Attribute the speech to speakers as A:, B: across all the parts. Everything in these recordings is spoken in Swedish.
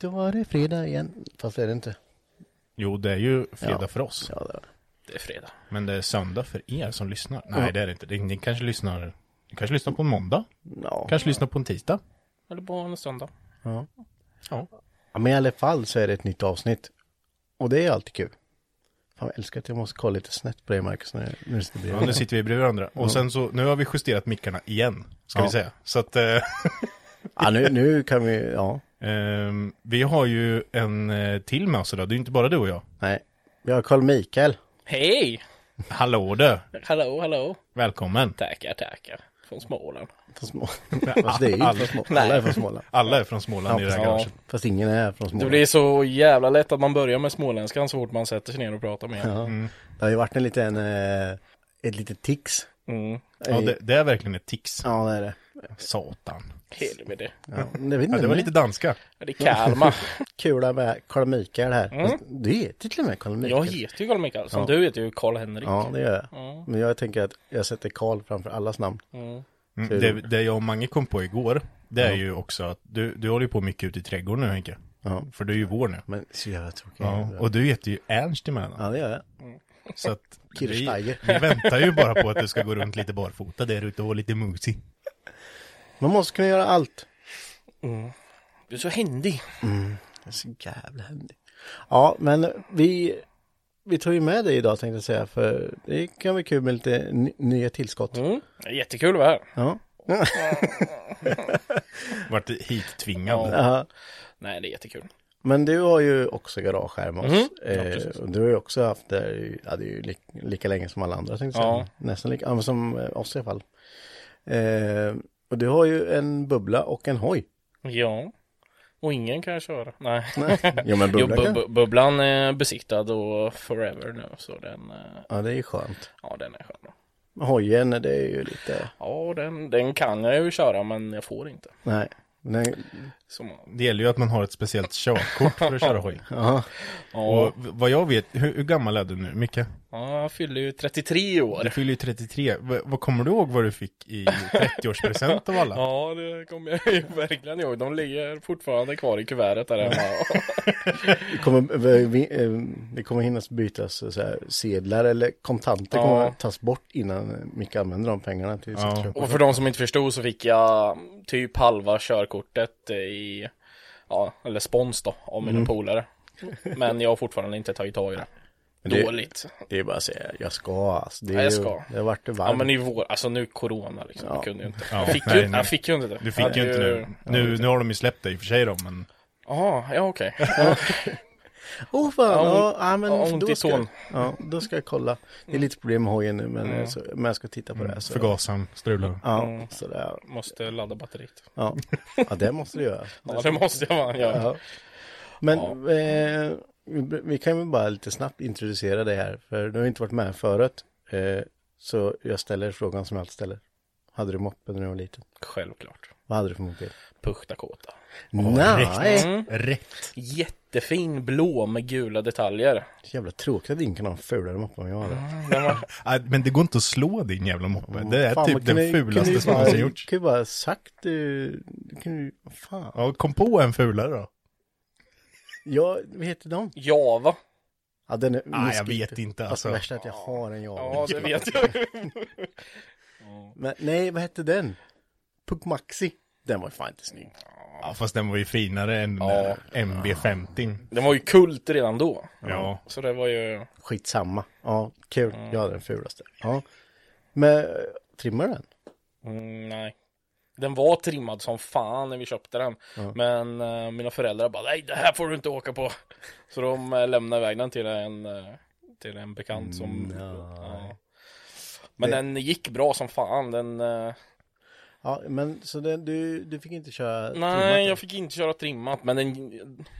A: Då var det fredag igen. Fast det är det inte.
B: Jo, det är ju fredag för oss.
A: Ja, det var det.
C: Det är fredag.
B: Men det är söndag för er som lyssnar. Nej, det är det inte. Ni, ni kanske lyssnar... Ni kanske lyssnar på en måndag?
A: Ja.
B: Kanske lyssnar på en tisdag?
C: Eller på en söndag.
B: Ja.
A: Ja, men i alla fall så är det ett nytt avsnitt. Och det är alltid kul. Fan, jag älskar att jag måste kolla lite snett på dig, Marcus, när när du sitter
B: ja
A: bredvid.
B: nu sitter vi bredvid varandra. Och sen så... Nu har vi justerat mickarna igen. Ska
A: Ja.
B: vi säga. Så att... Eh,
A: Ja, nu, nu kan vi, ja,
B: ehm, vi har ju en eh, till med oss idag. Det är ju inte bara du och jag.
A: nej. Vi har Carl Mikael.
C: Hej!
B: Hallå du!
C: Hallå, hallå.
B: Välkommen!
C: Tackar, tackar. Från Småland.
A: Från Små... Fast det är ju inte från Små... Alla är från Småland.
B: Alla är från Småland i det här
C: Ja.
B: garaget.
A: Fast ingen är från
C: Det
A: Småland.
C: blir så jävla lätt att man börjar med småländskan så fort man sätter sig ner och pratar med
A: Ja.
C: Mm. ja.
A: Det har ju varit en liten, eh, ett litet tics.
C: mm.
B: Ja, det, det är verkligen ett tics.
A: Ja, det är det.
B: Satan.
C: Helvete.
A: Ja, men det, vet
B: Ja,
A: inte,
B: det var lite danska.
C: Ja, Det är Kalmar.
A: Kula med Carl Mikael här. Fast Du heter till och med Carl Mikael.
C: Jag heter ju Carl Michaelsson. Du heter ju Karl-Henrik.
A: Ja, det gör jag. Men jag tänker att jag sätter Karl framför allas namn.
B: Mm,
A: Så är
B: det, det jag och Mange kom på igår, det är ju också att du, du håller ju på mycket ute i trädgården nu Henke.
A: Ja.
B: För du är ju vår nu.
A: Men så jävla tråkigt.
B: Ja,
A: Ja,
B: och du heter ju Ernst emellan.
A: det gör jag.
B: Så att vi,
A: Kirsteiger.
B: vi väntar ju bara på att du ska gå runt lite barfota där ute och vara lite musig.
A: Man måste kunna göra allt.
C: Du är så händig.
A: Det är så jävla händigt. Ja, men vi, vi tog ju med dig idag tänkte jag säga, för det kan vara kul med lite ny, nya tillskott.
C: Mm. Det är Jättekul att vara här.
A: Ja.
B: Vart hittvingad.
A: Ja.
C: Nej, det är jättekul.
A: Men du har ju också garage här med oss. eh, och du har ju också haft det, i- ja, det är ju li, lika länge som alla andra tänkte jag säga.
C: Ja.
A: Nästan lika, ja, men som eh, oss i alla fall. Eh, och du har ju en bubbla och en hoj.
C: Ja. Och ingen kan jag köra. Nej.
A: Ja men
C: Jo,
A: bubbla
C: bu-
A: kan.
C: bu- bubblan är besiktad och forever nu. Så den, eh,
A: Ja det är ju skönt.
C: ja den är skön.
A: Hojen det är ju lite,
C: Ja, den, den kan jag ju köra men jag får inte.
A: nej. nej.
C: Så man,
B: Det gäller ju att man har ett speciellt körkort för att köra hoj.
C: Ja,
B: Och v- vad jag vet, hur, hur gammal är du nu Micke?
C: ja, jag fyller ju 33
B: Du
C: år.
B: fyller ju 33. V vad kommer du ihåg vad du fick i 30-årspresent av alla?
C: Ja, det kommer jag ju verkligen ihåg. De ligger fortfarande kvar i kuvertet där hemma.
A: Det kommer, vi- vi- eh, det kommer hinnas bytas eh, så här, sedlar eller kontanter
C: Ja.
A: kommer att tas bort innan Micke använder de pengarna till sitt
B: Ja.
A: köp.
C: Och för de som inte förstod så fick jag typ halva körkortet i, ja, eller spons då, av
B: Mm.
C: mina polare. Men jag har fortfarande inte tagit tag i det.
A: det-
C: Dåligt.
A: Det är bara att säga, jag ska alltså. Det är
C: Ja, jag
A: ju-
C: ska.
A: Det har varit det varmt.
C: Ja men i vår, alltså nu corona liksom,
A: Ja.
C: jag kunde ju inte.
B: Ja,
C: Jag fick,
B: nej,
C: ju,
B: nej.
C: jag fick ju inte det.
B: Du fick ju inte nu. nu. Nu har de ju släppt dig i och för sig då, men
C: Jaha, ja okej.
A: Åh fan,
C: Ja, hon-
A: ja, ja, men
C: ja, ont
A: då
C: i
A: ska,
C: tån.
A: ja, då ska jag kolla.
C: Mm.
A: Det är lite problem med hojen nu men, eh, så, men jag ska titta på det. här, Så,
B: förgasaren strular.
C: Mm.
A: Ja, sådär.
C: Måste ladda batteriet.
A: Ja. ja, det måste du göra.
C: Ja, det måste jag fan göra.
A: Ja. Men eh, vi- vi kan väl bara lite snabbt introducera dig här, för du har inte varit med förut. Eh, så jag ställer frågan som jag alltid ställer. Hade du moppe när du var liten?
C: Självklart.
A: Vad hade du för mobil?
C: Puch Dakota.
A: Nej!
C: Mm.
B: Rätt.
C: Jättefin blå med gula detaljer.
A: Så jävla tråkigt att ingen kan ha en fulare moppe än jag
C: Mm.
A: hade.
B: Ah, Men det går inte att slå din jävla moppe. Det är
A: Fan,
B: typ
A: vad
B: den
A: kunde- kunde ju
B: fulaste som
A: bara-
B: någonsin gjorts.
A: Kunde ju bara sagt du, kunde ju, vad fan.
B: Ja, kom på en fulare då.
A: Ja, vad heter de?
C: Java.
A: Ja, den är
B: Nej, jag
A: muskel-
B: vet inte
A: Alltså
B: alltså.
A: värsta är att jag har en jag.
C: Ja, det vet jag.
A: Men nej, vad hette den? Puck Maxi. Den var fan inte snygg.
B: Ja, fast den var ju finare än
C: Ja.
B: ja. MB50.
C: Den var ju kult redan då.
B: Ja.
C: Så det var ju...
A: Skitsamma. Ja, kul. Jag hade den fulaste. Ja. Men eh, trimmar du den?
C: Mm, nej. Den var trimmad som fan när vi köpte den. Men eh, mina föräldrar bara nej det här får du inte åka på. Så de eh, lämnade iväg den till en, eh, till en bekant som... Ja. Men den gick bra som fan. Den, eh,
A: Ja, men så den, du, du fick inte köra trimmat
C: nej
A: den?
C: jag fick inte köra trimmat men den,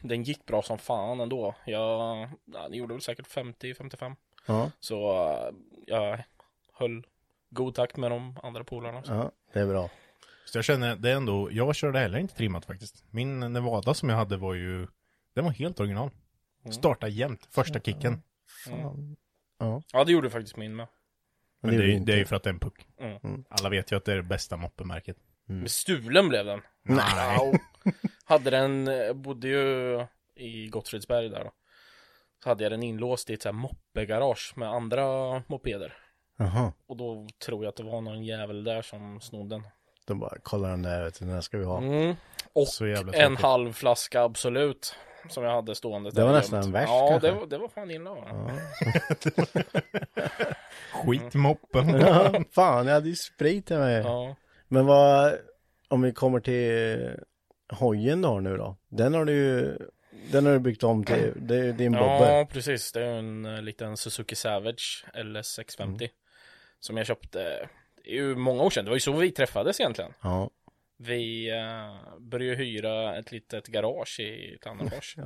C: den gick bra som fan ändå. Jag, ja, den gjorde väl säkert 50-55.
A: Ja,
C: Så eh, jag höll god takt med de andra polarna.
A: ja, det är bra.
B: Så jag känner, det är ändå, jag körde heller inte trimmat faktiskt. Min Nevada som jag hade var ju, den var helt original.
A: Mm.
B: Starta jämt, första kicken.
C: Ja det gjorde faktiskt min med.
B: Men
A: det
B: det, är
A: gjorde
B: ju-
A: inte.
B: det är
A: Mm.
B: ju för att det är en puck. Alla vet ju att det är det bästa moppemärket.
C: Men Stulen blev den.
B: Nej.
C: Hade den, eh, bodde ju i Gottfridsberg där då. Så hade jag den inlåst i ett så här moppegarage med andra mopeder.
A: Jaha.
C: Och då tror jag att det var någon jävel där som snodde den.
A: De bara, kolla den där, vet du, den här ska vi ha.
C: Mm. Och
B: Så jävla
C: en
B: tråkigt.
C: halv flaska Absolut. Som jag hade stående
A: Det
C: där
A: var
C: jämt.
A: nästan värst,
C: Ja,
A: kanske.
C: det var, det var fan illa. va?
A: Mm.
B: Skit i moppen.
A: Ja, fan, jag hade ju sprit till mig.
C: Ja.
A: Men vad, om vi kommer till hojen du har nu då. Den har du ju, den har du byggt om till, det är ju din bobber.
C: Ja, precis. Det är ju en eh, liten Suzuki Savage LS650. Som jag köpte, det är ju många år sedan. Det var ju så vi träffades egentligen.
A: Ja.
C: Vi eh, började hyra ett litet garage i Tannafors.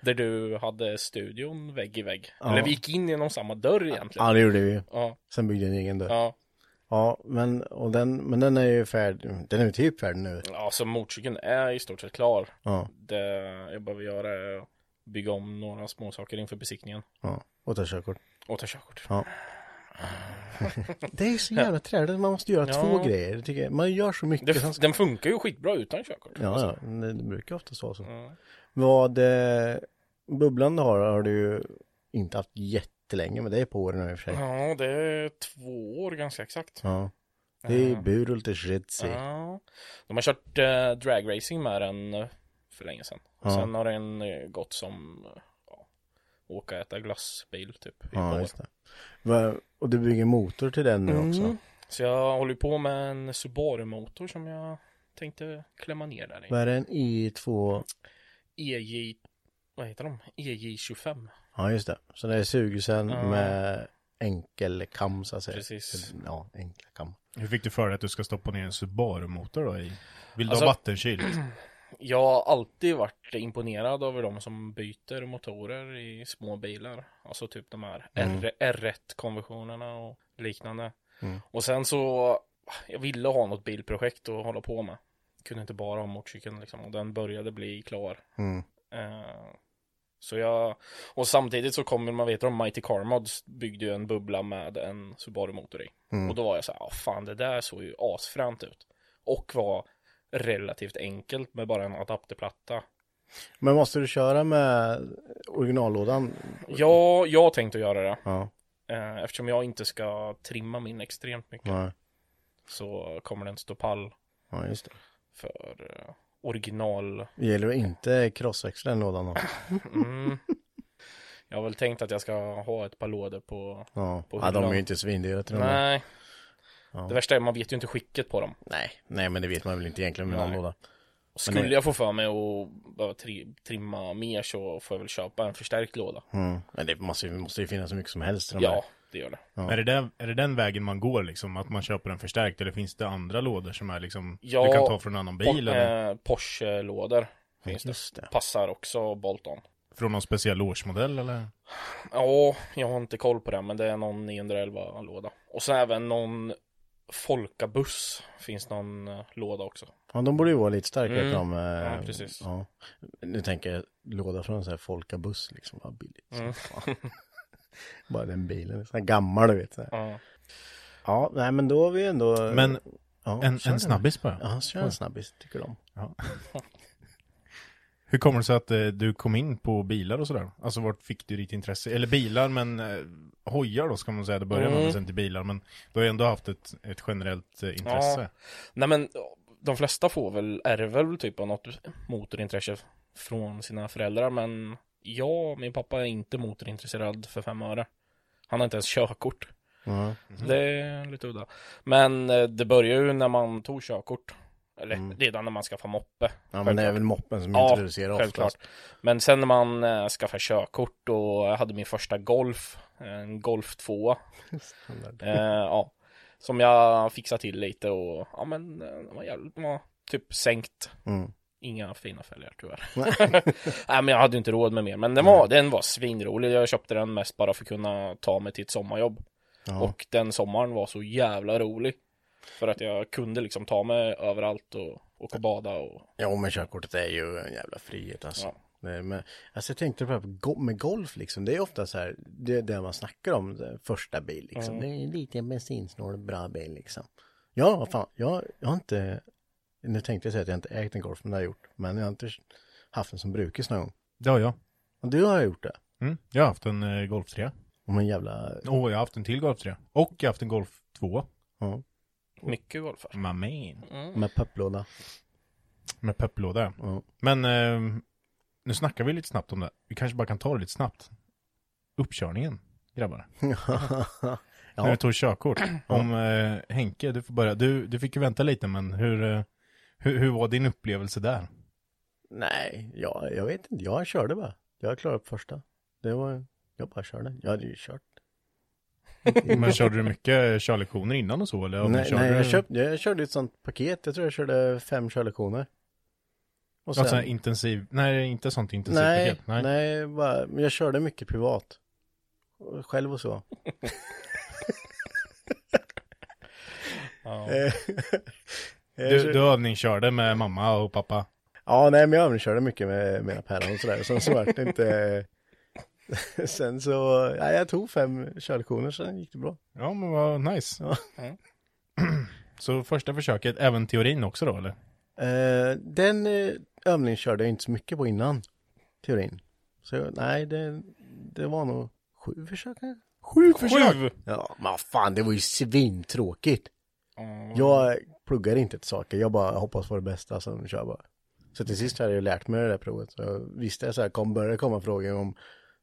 C: Där du hade studion vägg i vägg. Eller vi gick in genom samma dörr egentligen.
A: Ja, det gjorde vi ju.
C: Ja,
A: Sen byggde jag en egen dörr. Ja,
C: ja.
A: men, och den, men den är ju färdig, den är ju typ färdig nu.
C: ja så motorcykeln är i stort sett klar.
A: Ja,
C: Det jag behöver göra är att bygga om några små saker inför besiktningen.
A: ja. Och ta körkort.
C: Och ta körkort.
A: Ja. Det är så jävla träligt, man måste göra
C: Ja.
A: två grejer. tycker jag. Man gör så mycket. som
C: Det, den funkar ju skitbra utan körkort. Alltså,
A: Ja, ja. Det, det brukar oftast vara så. alltså.
C: Ja.
A: Vad eh, bubblan du har, har du ju inte haft jättelänge, men det är på åren i och för sig. Ja.
C: Ja, det är två år ganska exakt.
A: Det är Burul till Schritzi.
C: Ja. De har kört eh, dragracing med den eh, för länge sedan.
A: Ja.
C: Och Sen har den eh, gått som eh, ja, åka och äta glassbil typ. i ett
A: Ja,
C: år.
A: just det. Va, och du bygger motor till den nu
C: Mm.
A: också.
C: Så jag håller ju på med en Subaru-motor som jag tänkte klämma ner där i.
A: Vad är det, en i2?
C: EJ, vad heter de? E EJ25.
A: Ja, just det. Så det är sugelsen
C: Ja.
A: med enkelkam så att säga.
C: Precis.
A: Ja, enkelkam.
B: Hur fick du för dig att du ska stoppa ner en Subaru-motor då i? Vill du
C: Alltså-
B: ha vattenkylt?
C: Jag har alltid varit imponerad över de som byter motorer i små bilar. Alltså typ de här R- R1-konversionerna och liknande. Och sen så, jag ville ha något bilprojekt att hålla på med. Kunde inte bara ha motorcykeln liksom. Och den började bli klar.
A: Mm.
C: Eh, så jag, och samtidigt så kommer man vet om Mighty Car Mods byggde ju en bubbla med en Subaru-motor i. Och då var jag så här, "Ah, fan det där såg ju asfränt ut. Och var relativt enkelt med bara en adapterplatta.
A: Men måste du köra med originallådan?
C: Ja, jag tänkte göra det.
A: Ja.
C: Eh, Eftersom jag inte ska trimma min extremt mycket
A: Nej.
C: så kommer den stå pall
A: Ja, just det.
C: för eh, original.
A: Det gäller att inte crossväxla den lådan då.
C: Mm. jag har väl tänkt att jag ska ha ett par lådor på...
A: Ja,
C: På
A: ja de är
C: hyllan.
A: ju inte svindyra till de där.
C: Nej. Det värsta är man vet ju inte skicket på dem.
A: Nej, nej men det vet man väl inte egentligen med någon
C: Nej.
A: låda.
C: Och Skulle jag få för mig att behöva tri- trimma mer så får jag väl köpa en förstärkt låda.
A: Mm. Men det måste, ju- måste ju finnas hur mycket som helst i de
C: Ja, det gör det.
B: Är, det den, är det den vägen man går liksom? Att man köper en förstärkt? Eller finns det andra lådor som är liksom,
C: Ja,
B: du kan ta från en annan bil?
C: Po-
B: eller
C: eh, Porsche-lådor finns
A: där. Just det.
C: det. Passar också Bolton.
B: från någon speciell årsmodell eller?
C: Ja, jag har inte koll på det, men det är någon 911-låda. Och så även någon Folkabuss finns någon eh, låda också.
A: Ja, de borde ju vara lite starkare.
C: Mm.
A: De, eh,
C: Ja, precis.
A: ja. Nu tänker jag låda från en sån här folkabuss liksom, vad billigt. som
C: Mm.
A: fan. Bara den bilen, sån här gammal du vet. Så här.
C: Ja.
A: Ja, nej men då har vi ändå...
B: Men
A: ja,
B: en,
A: kör
B: en
A: den.
B: snabbis bara.
A: Ja, kör en snabbis, tycker de.
B: Ja. Hur kommer det sig att eh, du kom in på bilar och sådär? Alltså vart fick du ditt intresse? Eller bilar, men eh, hojar då ska man säga, det börjar
C: Mm.
B: med, men sen till bilar. Men du har ju ändå haft ett, ett generellt eh, intresse.
C: Nej men de flesta får väl, ärver väl typ av något motorintresse från sina föräldrar men jag, min pappa är inte motorintresserad för fem öre. Han har inte ens körkort. Mm-hmm.
A: Ja.
C: Det är lite udda. Men eh, det börjar ju när man tog körkort. Eller redan när man skaffade moppe.
A: ja, men det är väl moppen som
C: Ja,
A: introducerar
C: självklart.
A: oftast.
C: Men sen när man eh, skaffade körkort och jag hade min första Golf, en Golf 2. eh, ja, som jag fixade till lite och ja men eh, den var jävligt, den var typ sänkt.
A: Mm.
C: Inga fina fälgar tyvärr. Nej men jag hade ju inte råd med mer. Men den var, den var svinrolig. Jag köpte den mest bara för att kunna ta mig till ett sommarjobb. Och den sommaren var så jävla rolig. För att jag kunde liksom ta mig överallt och åka och bada och
A: Ja, men körkortet är ju en jävla frihet alltså.
C: Ja.
A: Det är- Men, alltså jag tänkte på det här med go- med golf liksom, det är ofta så här, det är det man snackar om, det första bil liksom. Det är en liten bensinsnål, bra bil liksom. Ja, vad fan, jag, jag har inte, nu tänkte jag säga att jag inte ägt en golf, men det har jag gjort. Men jag har inte haft en som brukis någon gång.
B: Det har jag.
A: Och du har gjort det.
B: Mm. Jag har haft en eh, Golf 3.
A: Om en jävla,
B: Och jag har haft en till Golf 3. Och jag har haft en Golf 2.
A: ja,
C: mycket golfar.
B: My man.
A: med pepplåda.
B: Mm. Med pepplåda.
A: Ja.
B: Men eh, nu snackar vi lite snabbt om det. Vi kanske bara kan ta det lite snabbt. Uppkörningen, grabbar. När
A: ja,
B: du tog körkort. Om eh, Henke, du får börja. Du, du fick ju vänta lite, men hur, eh, hur, hur var din upplevelse där?
A: nej, ja, jag vet inte, jag körde bara. Jag klarade upp första. Det var, jag bara körde. Jag hade ju kört.
B: Men körde du mycket körlektioner innan och så? Eller om du
A: Nej,
B: körde...
A: nej jag, köpte, jag körde ett sånt paket. Jag tror jag körde fem körlektioner. Och
B: Alltså intensiv, nej inte sånt intensivt
A: nej,
B: paket.
A: nej, bara, men jag körde mycket privat. Själv och så.
C: Ja.
A: Eh,
B: Du, du övningskörde med mamma och pappa.
A: Ja, nej, men jag övningskörde mycket med mina päron och sådär. Sen så vart det inte... sen så, ja, jag tog fem körlektioner, sen gick det bra.
B: Ja men vad nice.
A: Ja.
B: Så första försöket, även teorin också då eller?
A: Eh, den eh, övningen körde jag inte så mycket på innan, teorin. Så nej, det, det var nog sju försök kanske. Sju
C: Sju!
A: Ja, men vad fan, det var ju svintråkigt.
C: Ja.
A: Jag pluggar inte till saker, jag bara hoppas på det bästa, sen kör jag bara. Så till sist hade jag ju lärt mig det där provet. Så jag visste så här, kom, började komma frågor om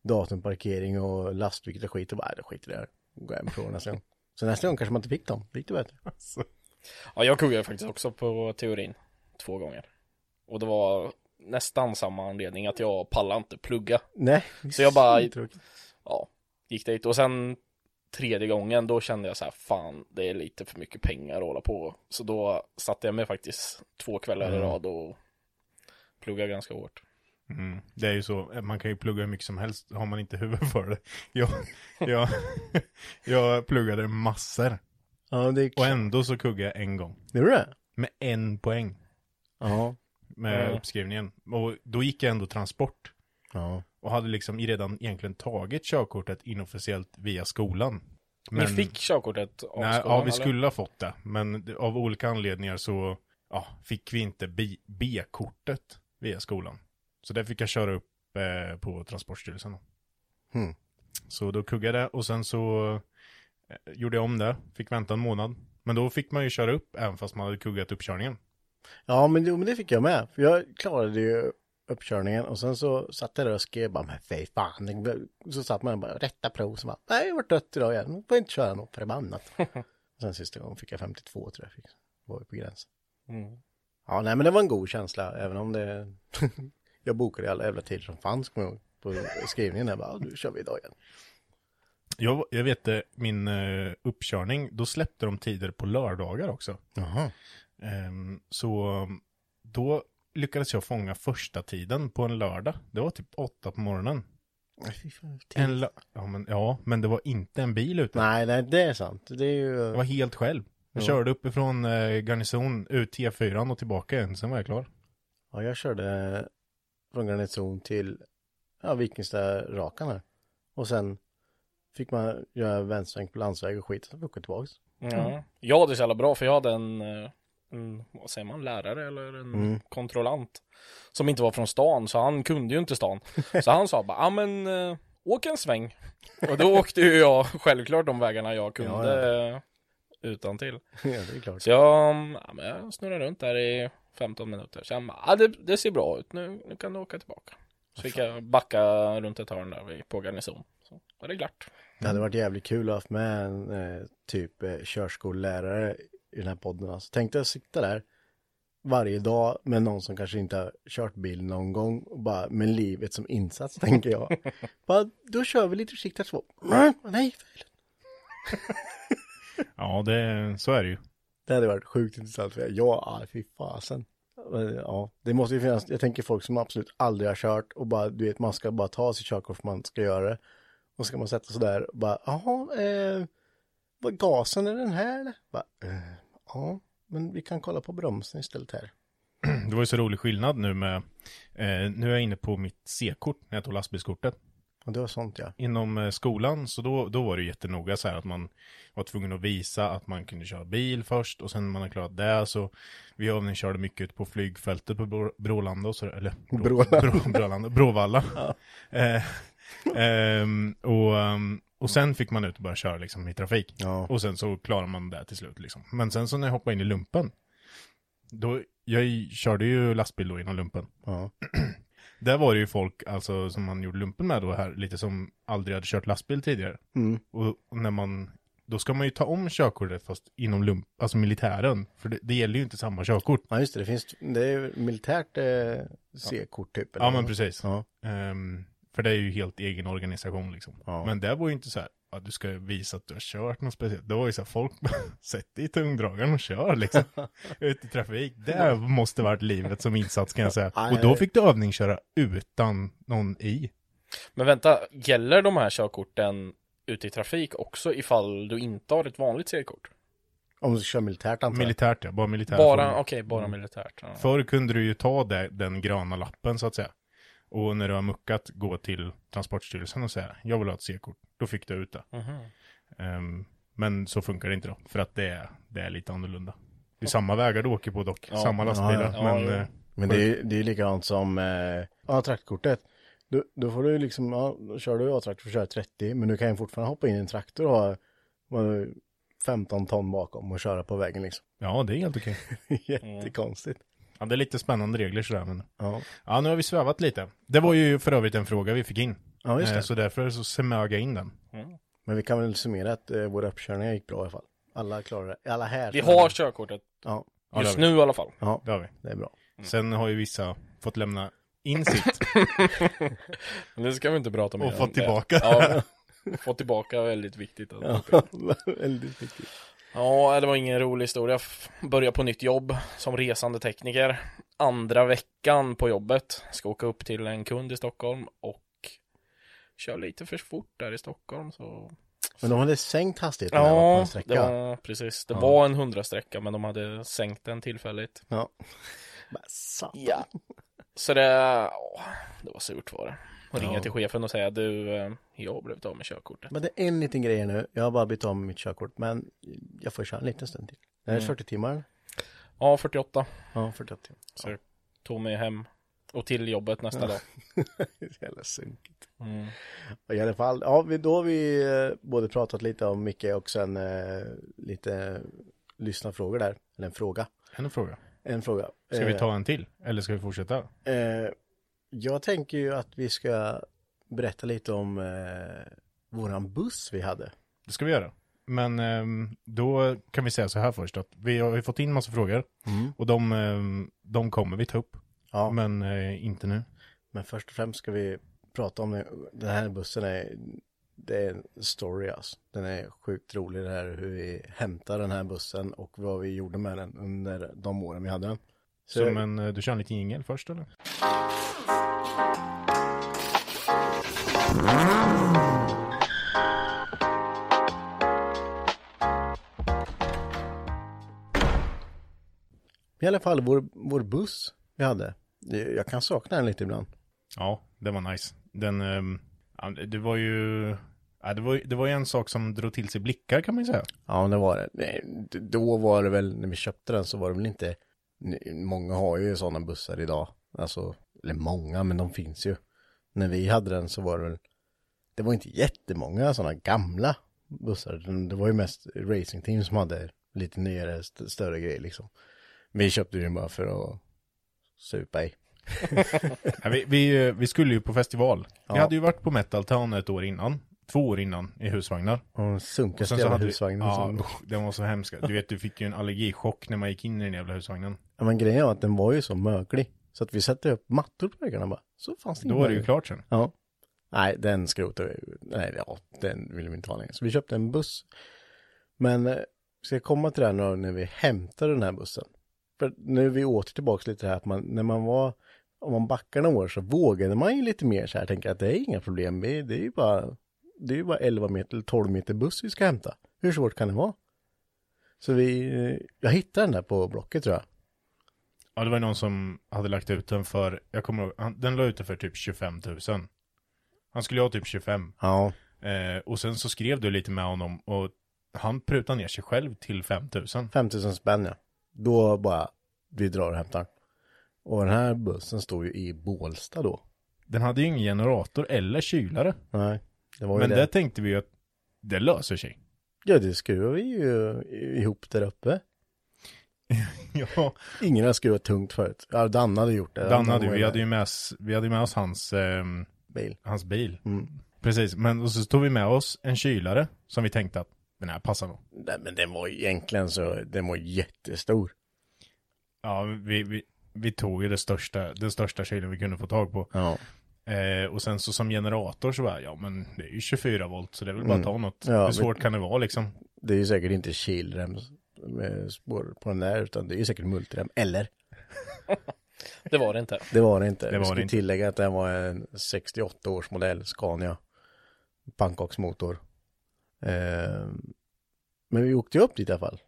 A: datumparkering och lastvikt och skit. Och bara, "Nej, det skiter i det här. Går hem och provar nästa gång. Så nästa gång kanske man inte fick dem, det gick det bättre.
C: Ja, jag kuggade faktiskt också på teorin två gånger. Och det var nästan samma anledning att jag pallade inte plugga.
A: Nej,
C: Så jag bara-
A: svintråkigt.
C: Ja, gick dit och sen tredje gången då kände jag så här fan det är lite för mycket pengar att hålla på. Så då satte jag mig faktiskt två kvällar i rad och pluggade ganska hårt.
B: Mm. Det är ju så, man kan ju plugga hur mycket som helst, har man inte huvud för det. Jag, jag, jag pluggade massor.
A: Ja, det gick...
B: Och ändå så kuggade jag en gång.
A: Gjorde du det?
B: Med en poäng
A: Ja.
B: med
C: Ja.
B: uppskrivningen. Och då gick jag ändå transport.
A: Ja.
B: Och hade liksom redan egentligen tagit körkortet inofficiellt via skolan.
C: Ni fick körkortet av
B: nej, Ja,
C: skolan,
B: vi
C: eller?
B: skulle ha fått det. Men det- av olika anledningar så ja, fick vi inte B- B-kortet via skolan. Så det fick jag köra upp eh, på Transportstyrelsen.
A: Hmm.
B: Så då kuggade jag och sen så eh, gjorde jag om det. Fick vänta en månad. Men då fick man ju köra upp även fast man hade kuggat uppkörningen.
A: Ja, men, jo, men det fick jag med. För jag klarade ju uppkörningen och sen så satt jag där och skrev bara, men fy fan. Så satt man och bara, rätta prov. Så bara, nej, jag har varit dött idag igen. Nu får jag inte köra något förbannat. Och sen sista gången fick jag 52 tror jag. Fick. Var ju på gränsen.
C: Mm.
A: Ja, nej, men det var en god känsla, även om det... jag bokade alla jävla tider som fanns, kommer jag ihåg, på skrivningen. Jag bara, "Ja, nu kör vi idag igen.
B: Jag, jag vet eh, min eh, uppkörning, då släppte de tider på lördagar också.
A: Jaha.
B: Ehm, så um, då lyckades jag fånga första tiden på en lördag. Det var typ åtta på morgonen.
A: Fy fan, tid.
B: En lö- ja, men, ja, men det var inte en bil ute.
A: Nej, nej, det är sant. Det är ju...
B: Jag var helt själv. Jag körde uppifrån eh, garnison ut T4 och tillbaka igen, sen var jag klar.
A: Ja, jag körde från garnison till ja, Vikingstad-Rakan här. Och sen fick man göra vänstersväng på landsväg och skit, så fick jag åka tillbaks.
C: Ja. Jag hade så jävla bra för jag hade en, eh, en vad säger man, lärare eller en kontrollant som inte var från stan så han kunde ju inte stan. Så han sa bara, ja men eh, åk en sväng. Och då åkte ju jag självklart de vägarna jag kunde eh, utan till.
A: ja, det är klart.
C: Så jag, ja, men jag snurrade runt där i 15 minuter. Sen bara, ja, det, det ser bra ut, nu, nu kan du åka tillbaka. Så fick jag backa runt ett hörn där vid- på garnison. Så var det klart.
A: Det hade varit jävligt kul att ha haft med en eh, typ eh, körskollärare i den här podden. Alltså, tänkte jag sitta där varje dag med någon som kanske inte har kört bil någon gång och bara med livet som insats tänker jag. bara, då kör vi lite försiktigt så. "Mm, Nej, fel.
B: Ja, det, så är det ju.
A: Det hade varit sjukt intressant för jag, ja, ah, fy fasen. Men, Ja, det måste ju finnas, jag tänker folk som absolut aldrig har kört och bara, du vet, man ska bara ta sitt körkort för man ska göra det. Och ska man sätta sig där och bara, jaha, eh, vad gasen är den här eller? Bara, eh, ja, men vi kan kolla på bromsen istället här.
B: Det var ju så rolig skillnad nu med, eh, nu är jag inne på mitt C-kort, när jag tog lastbilskortet.
A: Och det var sånt ja.
B: inom eh, skolan, så då, då var det jättenoga så här att man var tvungen att visa att man kunde köra bil först och sen när man har klarat det så vi övning körde mycket ut på flygfältet på Bro- Brålanda och så eller Brå-
A: Brålanda.
B: Brå- Brålanda, Bråvalla. Eh, ehm, och, ehm, och sen fick man ut och börja köra liksom i trafik.
A: Ja.
B: Och sen så klarar man det till slut liksom. Men sen så när jag hoppade in i lumpen, då, jag körde ju lastbil då inom lumpen.
A: Ja,
B: Där var det ju folk alltså, som man gjorde lumpen med då här, lite som aldrig hade kört lastbil tidigare.
A: Mm.
B: Och när man, då ska man ju ta om körkortet fast inom lump, alltså militären. För det, det gäller ju inte samma körkort.
A: ja just det, det finns, det är ju militärt eh, C-kort typ. eller
B: Ja men
A: vad?
B: precis.
A: Ja.
B: Ehm, för det är ju helt egen organisation liksom.
A: Ja.
B: Men det var ju inte så här, att du ska visa att du har kört något speciellt. Det var ju så här, folk sätt dig i tungdragaren och kör liksom. Ut i trafik. Det måste varit livet som insats kan jag säga.
A: Ja,
B: Och då fick du övningsköra utan någon i.
C: Men vänta, gäller de här körkorten ute i trafik också ifall du inte har ett vanligt C-kort?
A: Om du ska köra militärt antar jag.
B: Militärt ja, bara militärt.
C: Bara, okej, bara militärt. Ja.
B: Förr kunde du ju ta det, den gröna lappen så att säga. Och när du har muckat gå till Transportstyrelsen och säga jag vill ha ett C-kort. Då fick du ut det.
C: Mhm.
B: Ehm, men så funkar det inte då. För att det är, det är lite annorlunda. Det är samma vägar du åker på dock. samma lastbilar.
C: Ja, ja.
B: men
C: Ja,
B: eh,
A: Men det är ju det är likadant som eh, ja, traktkortet. Då, då får du ju liksom, ja, då kör du A-traktor för att köra 30, men du kan ju fortfarande hoppa in i en traktor och ha vad, 15 ton bakom och köra på vägen liksom.
B: ja, det är helt okej.
A: Jättekonstigt.
B: Ja, det är lite spännande regler sådär. Men...
A: Ja.
B: Ja, nu har vi svävat lite. Det var ju för övrigt en fråga vi fick in.
A: Ja, just det.
B: Eh, Så därför så smög jag in den.
A: Men vi kan väl summera att eh, våra uppkörningar gick bra i alla fall. Alla klarade det. Alla här.
C: Vi har körkortet,
A: Ja,
B: Ja,
C: just
B: det har vi.
C: nu i alla fall.
A: ja,
B: Det har vi.
A: det är bra.
C: Mm.
B: Sen har ju vissa fått lämna in sitt.
C: Men det ska vi inte prata om
B: Och
C: igen.
B: fått tillbaka.
C: Ja, fått tillbaka är väldigt viktigt. att påpeka.
A: Väldigt viktigt.
C: Ja, det var ingen rolig historia. F- Börja på nytt jobb som resande tekniker. Andra veckan på jobbet. Ska åka upp till en kund i Stockholm och kör lite för fort där i Stockholm. Så...
A: Men de hade sänkt hastigheten när de var på
C: Ja,
A: en sträcka.
C: det var, precis. Det var en hundra sträcka men de hade sänkt den tillfälligt.
A: Ja. Men satan.
C: Ja. Så det, åh, det var surt var det. Och ringa till chefen och säga du, eh, jag har blivit av med körkortet.
A: Men det är en liten grej nu. Jag har bara bytt om mitt körkort, men jag får köra en liten stund till. Det är
B: Mm.
A: 40 timmar.
C: Ja, 48.
A: Ja, 48 timmar.
C: Så tog mig hem och till jobbet nästa dag.
A: Det är så jävla sunkigt.
B: Mm.
A: I alla fall, ja, vi, då har vi eh, både pratat lite om Micke och sen eh, lite lyssnarfrågor där. Eller en fråga.
B: En fråga.
A: En fråga.
B: Ska vi ta en till? Eller ska vi fortsätta?
A: Eh, eh, jag tänker ju att vi ska berätta lite om eh, våran buss vi hade.
B: Det ska vi göra. Men ehm, då kan vi säga så här först att vi har ju fått in massa frågor och de, ehm, de kommer vi ta upp.
A: Mm. Ja.
B: Men eh, inte nu.
A: Men först och främst ska vi prata om den- den här bussen. Är, det är en story alltså. Den är sjukt rolig det här hur vi hämtade den här bussen och vad vi gjorde med den under de åren vi hade den. Så-
B: Så, men eh, du kör en liten jingel först eller?
A: I alla fall vår, vår buss vi hade. det- Jag kan sakna den lite ibland.
B: Ja, den var nice. Den, ehm, ja, det var ju, ja, det, var, ju- det var ju en sak som drog till sig blickar kan man ju säga.
A: Ja, det var det. Nej, d- Då var det väl, när vi köpte den så var det väl inte, n- många har ju sådana bussar idag. Alltså, eller många, men de finns ju. När vi hade den så var det väl, det var inte jättemånga sådana gamla bussar. utan Det var ju mest racingteam som hade lite nyare, st- större grejer liksom. Vi köpte ju den bara för att supa i.
B: Ja, vi, vi, eh, vi skulle ju på festival. Vi
A: Ja.
B: hade ju varit på Metal Town ett år innan. Två år innan i husvagnar.
A: Och sunkigaste jävla liksom. husvagnen.
B: Vi, ja,
A: som-
B: usch, den var så hemsk. Du vet, du fick ju en allergichock när man gick in i den jävla husvagnen.
A: Ja, men grejen var att den var ju så möglig. Så att vi satte upp mattor på väggarna bara. Så fanns det
B: Då
A: ingen
B: var det ju
A: mögel.
B: klart sen.
A: Ja. Nej, den skrotade vi. Nej, ja, den ville vi inte ha längre. Så vi köpte en buss. Men eh, ska jag komma till det här nu när vi hämtade den här bussen? För nu är vi åter tillbaka lite här att man, när man var, om man backar några år så vågade man ju lite mer så här, tänka att det är inga problem, det är, det är ju bara, det är ju bara 11 meter eller 12 meter buss vi ska hämta. Hur svårt kan det vara? Så vi, eh, jag hittade den där på Blocket tror jag.
B: Ja, det var ju någon som hade lagt ut den för, jag kommer ihåg, han, den la ut den för typ 25 000. Han skulle ha typ 25.
A: Ja.
B: Eh, och sen så skrev du lite med honom och han prutade ner sig själv till 5 000.
A: 5000 spänn ja. Då bara, vi drar och hämtar. Och den här bussen stod ju i Bålsta då.
B: Den hade ju ingen generator eller kylare.
A: Nej, det var ju
B: Men
A: det.
B: där tänkte vi ju att det löser sig.
A: Ja, det skruvar vi ju ihop där uppe.
B: Ja,
A: Ingen har skruvat tungt förut. Ja, Dan hade gjort det.
B: Dan hade ju, vi hade ju med oss, vi hade ju med oss hans, ehm,
A: Bil.
B: hans bil.
A: Mm.
B: Precis, men och så tog vi med oss en kylare som vi tänkte att den här passar nog.
A: Nej, men den var ju egentligen så, den var jättestor.
B: Ja, vi, vi, vi tog ju det största, den största kylen vi kunde få tag på.
A: Ja.
B: Eh, och sen så som generator så bara, ja men det är ju 24 volt så det är väl bara att ta något.
A: Mm. Ja,
B: Hur
A: vi-
B: svårt kan det vara liksom?
A: Det är ju säkert inte kilrems med spår på den där, utan det är ju säkert multirem. Eller?
C: Det var det inte.
A: Det var det inte.
B: Det var
A: vi
B: det
A: skulle
B: inte.
A: tillägga att den var en 68 års modell Scania. Pannkaksmotor. Eh, men vi åkte ju upp dit i alla fall.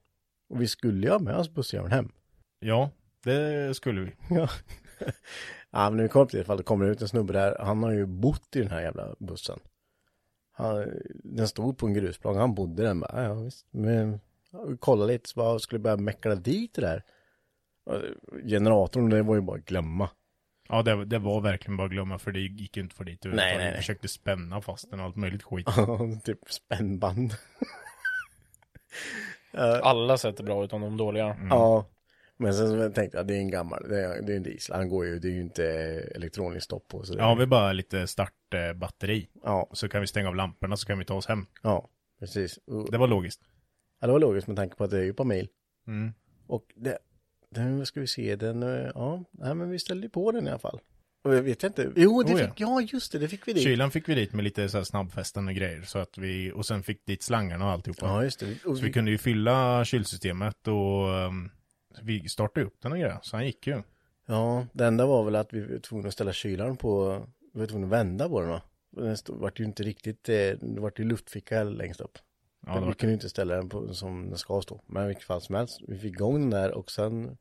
A: Och vi skulle ju ha med oss bussjäveln hem.
B: Ja, det skulle vi.
A: Ja. ja, men när vi kom upp till det fall, det kommer ut en snubbe där. Han har ju bott i den här jävla bussen. Han, den stod på en grusplan, han bodde i den. Bara, ja, visst. Men ja, vi kollade lite, så bara, skulle börja mäckla dit det där. Och Generatorn, det var ju bara att glömma.
B: Ja, det, det var verkligen bara att glömma för det gick ju inte för dit. överhuvudtaget.
A: nej, nej.
B: Vi försökte spänna fast den och allt möjligt skit.
A: typ spännband.
C: Alla sätter bra utom de dåliga.
B: Mm.
A: Ja. Men sen så tänkte jag, det är en gammal, det är, det är en diesel, han går ju, det är ju inte elektroniskt stopp på. Så det,
B: Ja, vi bara lite startbatteri.
A: ja,
B: Så kan vi stänga av lamporna så kan vi ta oss hem.
A: ja, precis. Och-
B: Det var logiskt.
A: Ja, det var logiskt med tanke på att det är ju på mil.
B: Mm.
A: Och det, den vad ska vi se, den, eh, ja, nej men vi ställde ju på den i alla fall. Och jag vet inte, jo det
B: Oh, ja.
A: fick, ja just det, det fick vi dit.
B: Kylan fick vi dit med lite så här snabbfästen och grejer. Så att vi, och sen fick dit slangarna och alltihopa.
A: Ja just det. Och
B: Så vi kunde ju fylla kylsystemet och ehm, vi startade upp den och grejer. Så han gick ju.
A: Ja, det enda var väl att vi var tvungna att ställa kylaren på, vi var tvungna att vända på den va? Den stod, vart ju inte riktigt, eh, det vart ju luftficka längst upp.
B: Ja, det
A: Men vi
B: var
A: kunde ju inte ställa den på, som den ska stå. Men i vilket fall som helst, vi fick igång den där och sen,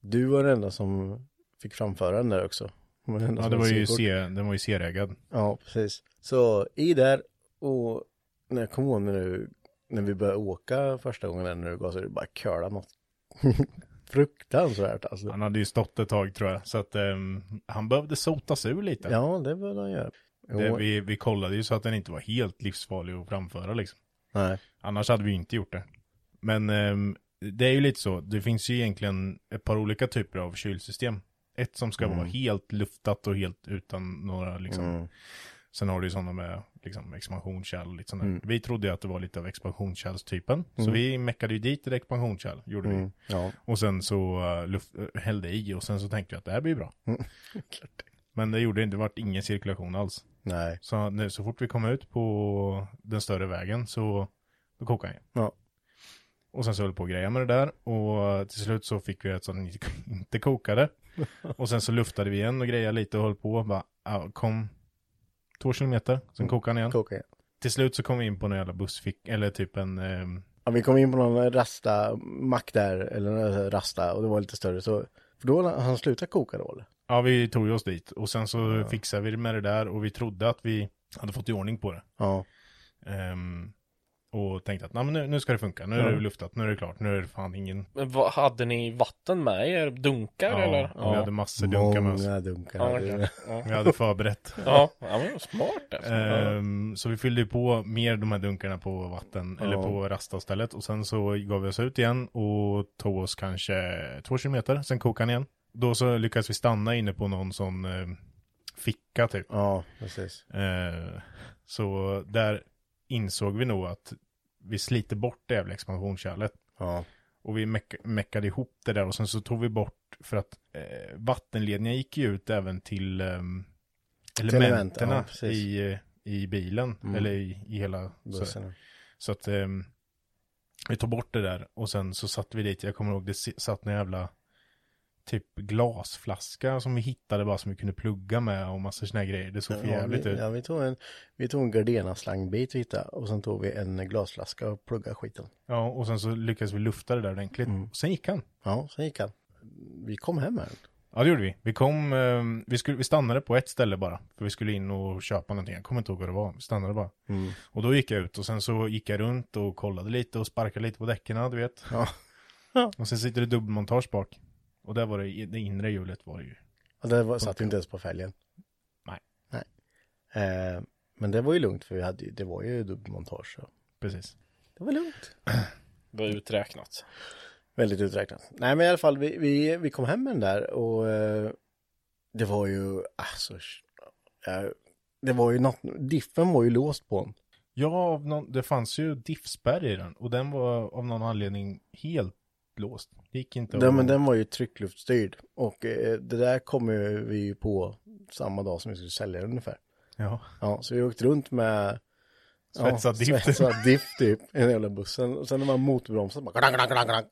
A: du var den enda som fick framföra den där också. Du var den enda
B: Ja,
A: som
B: det var
A: hade
B: ju
A: C-kort.
B: C, den var ju C-reggad.
A: Ja, precis. Så i där och när jag kom ihåg när, du, när vi började åka första gången där när du gasade, du bara curla något fruktansvärt alltså.
B: Han hade ju stått ett tag tror jag, så att ehm, han behövde sotas ur lite.
A: Ja, det bör han göra. Jo,
B: Det, vi, vi kollade ju så att den inte var helt livsfarlig att framföra liksom.
A: Nej,
B: Annars hade vi ju inte gjort det. Men ehm, det är ju lite så, det finns ju egentligen ett par olika typer av kylsystem. Ett som ska
A: Mm.
B: vara helt luftat och helt utan några liksom. Sen har du ju sådana med liksom, expansionskärl och lite sånt där.
A: Mm.
B: Vi trodde ju att det var lite av expansionskärlstypen. Så vi meckade ju dit ett expansionskärl, gjorde
A: Mm.
B: vi.
A: ja.
B: Och sen så eh, luft, eh, hällde i och sen så tänkte jag att det här blir bra. Men det gjorde det inte, det vart ingen cirkulation alls.
A: Nej,
B: Så, nu, så fort vi kom ut på den större vägen så då kokade han ju.
A: ja.
B: Och sen så höll vi på och grejade med det där och eh, till slut så fick vi ett som inte- inte kokade. Och sen så luftade vi igen och grejade lite och höll på och bara, ja, kom två kilometer, sen kokade han igen.
A: Koka igen.
B: Till slut så kom vi in på en jävla bussfick, eller typ en eh,
A: Ja, vi kom in på någon rasta mack där, eller någon rasta, och det var lite större. Så, för då hade han slutat koka då eller?
B: Ja, vi tog ju oss dit och sen så fixade vi det med det där och vi trodde att vi hade fått i ordning på det.
A: Ja.
B: Ehm, och tänkte att "Nej, men nu, nu ska det funka, nu är det luftat, nu är det klart, nu är det fan ingen...
C: Men vad, hade ni vatten med er? Dunkar
B: Ja,
C: eller?
B: och vi hade massor dunkar med oss.
A: Många dunkar.
C: Ja,
A: hade vi.
C: okej. ja.
B: Vi hade förberett.
C: ja, ja men smart alltså.
B: Ehm, så vi fyllde ju på mer de här dunkarna på vatten, eller på rastavstället. Och sen så gav vi oss ut igen och tog oss kanske två kilometer, sen kokade han igen. Då så lyckades vi stanna inne på någon sån eh, ficka typ.
A: ja, precis.
B: Eh, så där insåg vi nog att vi sliter bort det jävla expansionskärlet.
A: Ja.
B: Och vi meck- meckade ihop det där och sen så tog vi bort, för att eh, vattenledningen gick ju ut även till ehm,
A: element, ja,
B: elementerna
A: precis. Mm.
B: i, eh, i bilen, eller i, i hela så,
A: Bussen.
B: så att ehm, vi tog bort det där och sen så satt vi dit, jag kommer ihåg det si- satt en jävla typ glasflaska som vi hittade bara som vi kunde plugga med och massa såna här grejer. Det såg för
A: Ja,
B: jävligt
A: vi,
B: ut.
A: ja, vi tog en, vi tog en Gardena-slangbit vi hittade och sen tog vi en glasflaska och pluggade skiten.
B: Ja, och sen så lyckades vi lufta det där ordentligt.
A: Mm.
B: Och sen gick han.
A: Ja, sen gick han. Vi kom hem med den.
B: Ja, det gjorde vi. Vi kom, ehm, vi, skulle, vi stannade på ett ställe bara. För vi skulle in och köpa någonting. Jag kommer inte ihåg vad det var. Vi stannade bara.
A: Mm.
B: Och då gick jag ut och sen så gick jag runt och kollade lite och sparkade lite på däcken, du vet. Och sen sitter det dubbelmontage bak. Och där var det, det inre hjulet var det ju.
A: Och det var, satt ju inte ens på fälgen.
B: Nej.
A: Nej. Eh, men det var ju lugnt för vi hade, ju- det var ju dubbelmontage. så
B: Precis.
A: Det var lugnt.
C: Det var uträknat.
A: Väldigt uträknat. Nej men i alla fall, vi, vi, vi kom hem med den där och eh, det var ju, alltså, sh- ja, det var ju något, diffen var ju låst på den.
B: Ja, av någon, det fanns ju diffspärr i den. Och den var av någon anledning helt låst. Det gick inte
A: Den,
B: att-
A: men den var ju tryckluftstyrd och eh, det där kom ju vi ju på samma dag som vi skulle sälja den ungefär.
B: Ja.
A: Ja, så vi åkte runt med
B: Svetsad
A: ja,
B: diff.
A: svetsad diff typ i den jävla bussen. Och sen när man motbromsade bara klang, klang, klang, klang.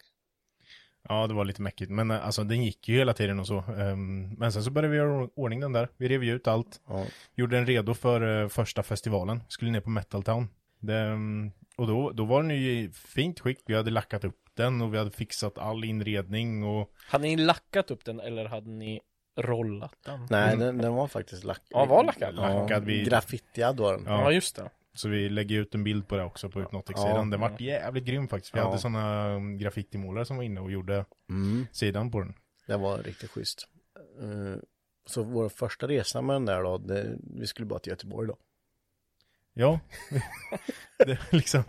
B: Ja, det var lite mäckigt. Men eh, alltså den gick ju hela tiden och så. Ehm, Men sen så började vi göra i ordning den där. Vi rev ju ut allt.
A: Ja.
B: Gjorde den redo för eh, första festivalen. Skulle ner på Metal Town. Det, ehm, och då, då var den ju i fint skick. Vi hade lackat upp den och vi hade fixat all inredning och
C: Hade ni lackat upp den eller hade ni rollat den? Mm.
A: Nej, den, den var faktiskt lack.
C: Ja, var lackad.
B: Mm. Lackad vid-
A: Graffitiad var den.
B: Ja.
C: Ja, just det.
B: så vi lägger ut en bild på det också på Utnautic-sidan. Den vart jävligt grym faktiskt. Vi hade sådana graffitimålare som var inne och gjorde sidan på den.
A: Det var riktigt schysst. Eh, Så vår första resa med den där då, det, vi skulle bara till Göteborg då.
B: Ja, det, liksom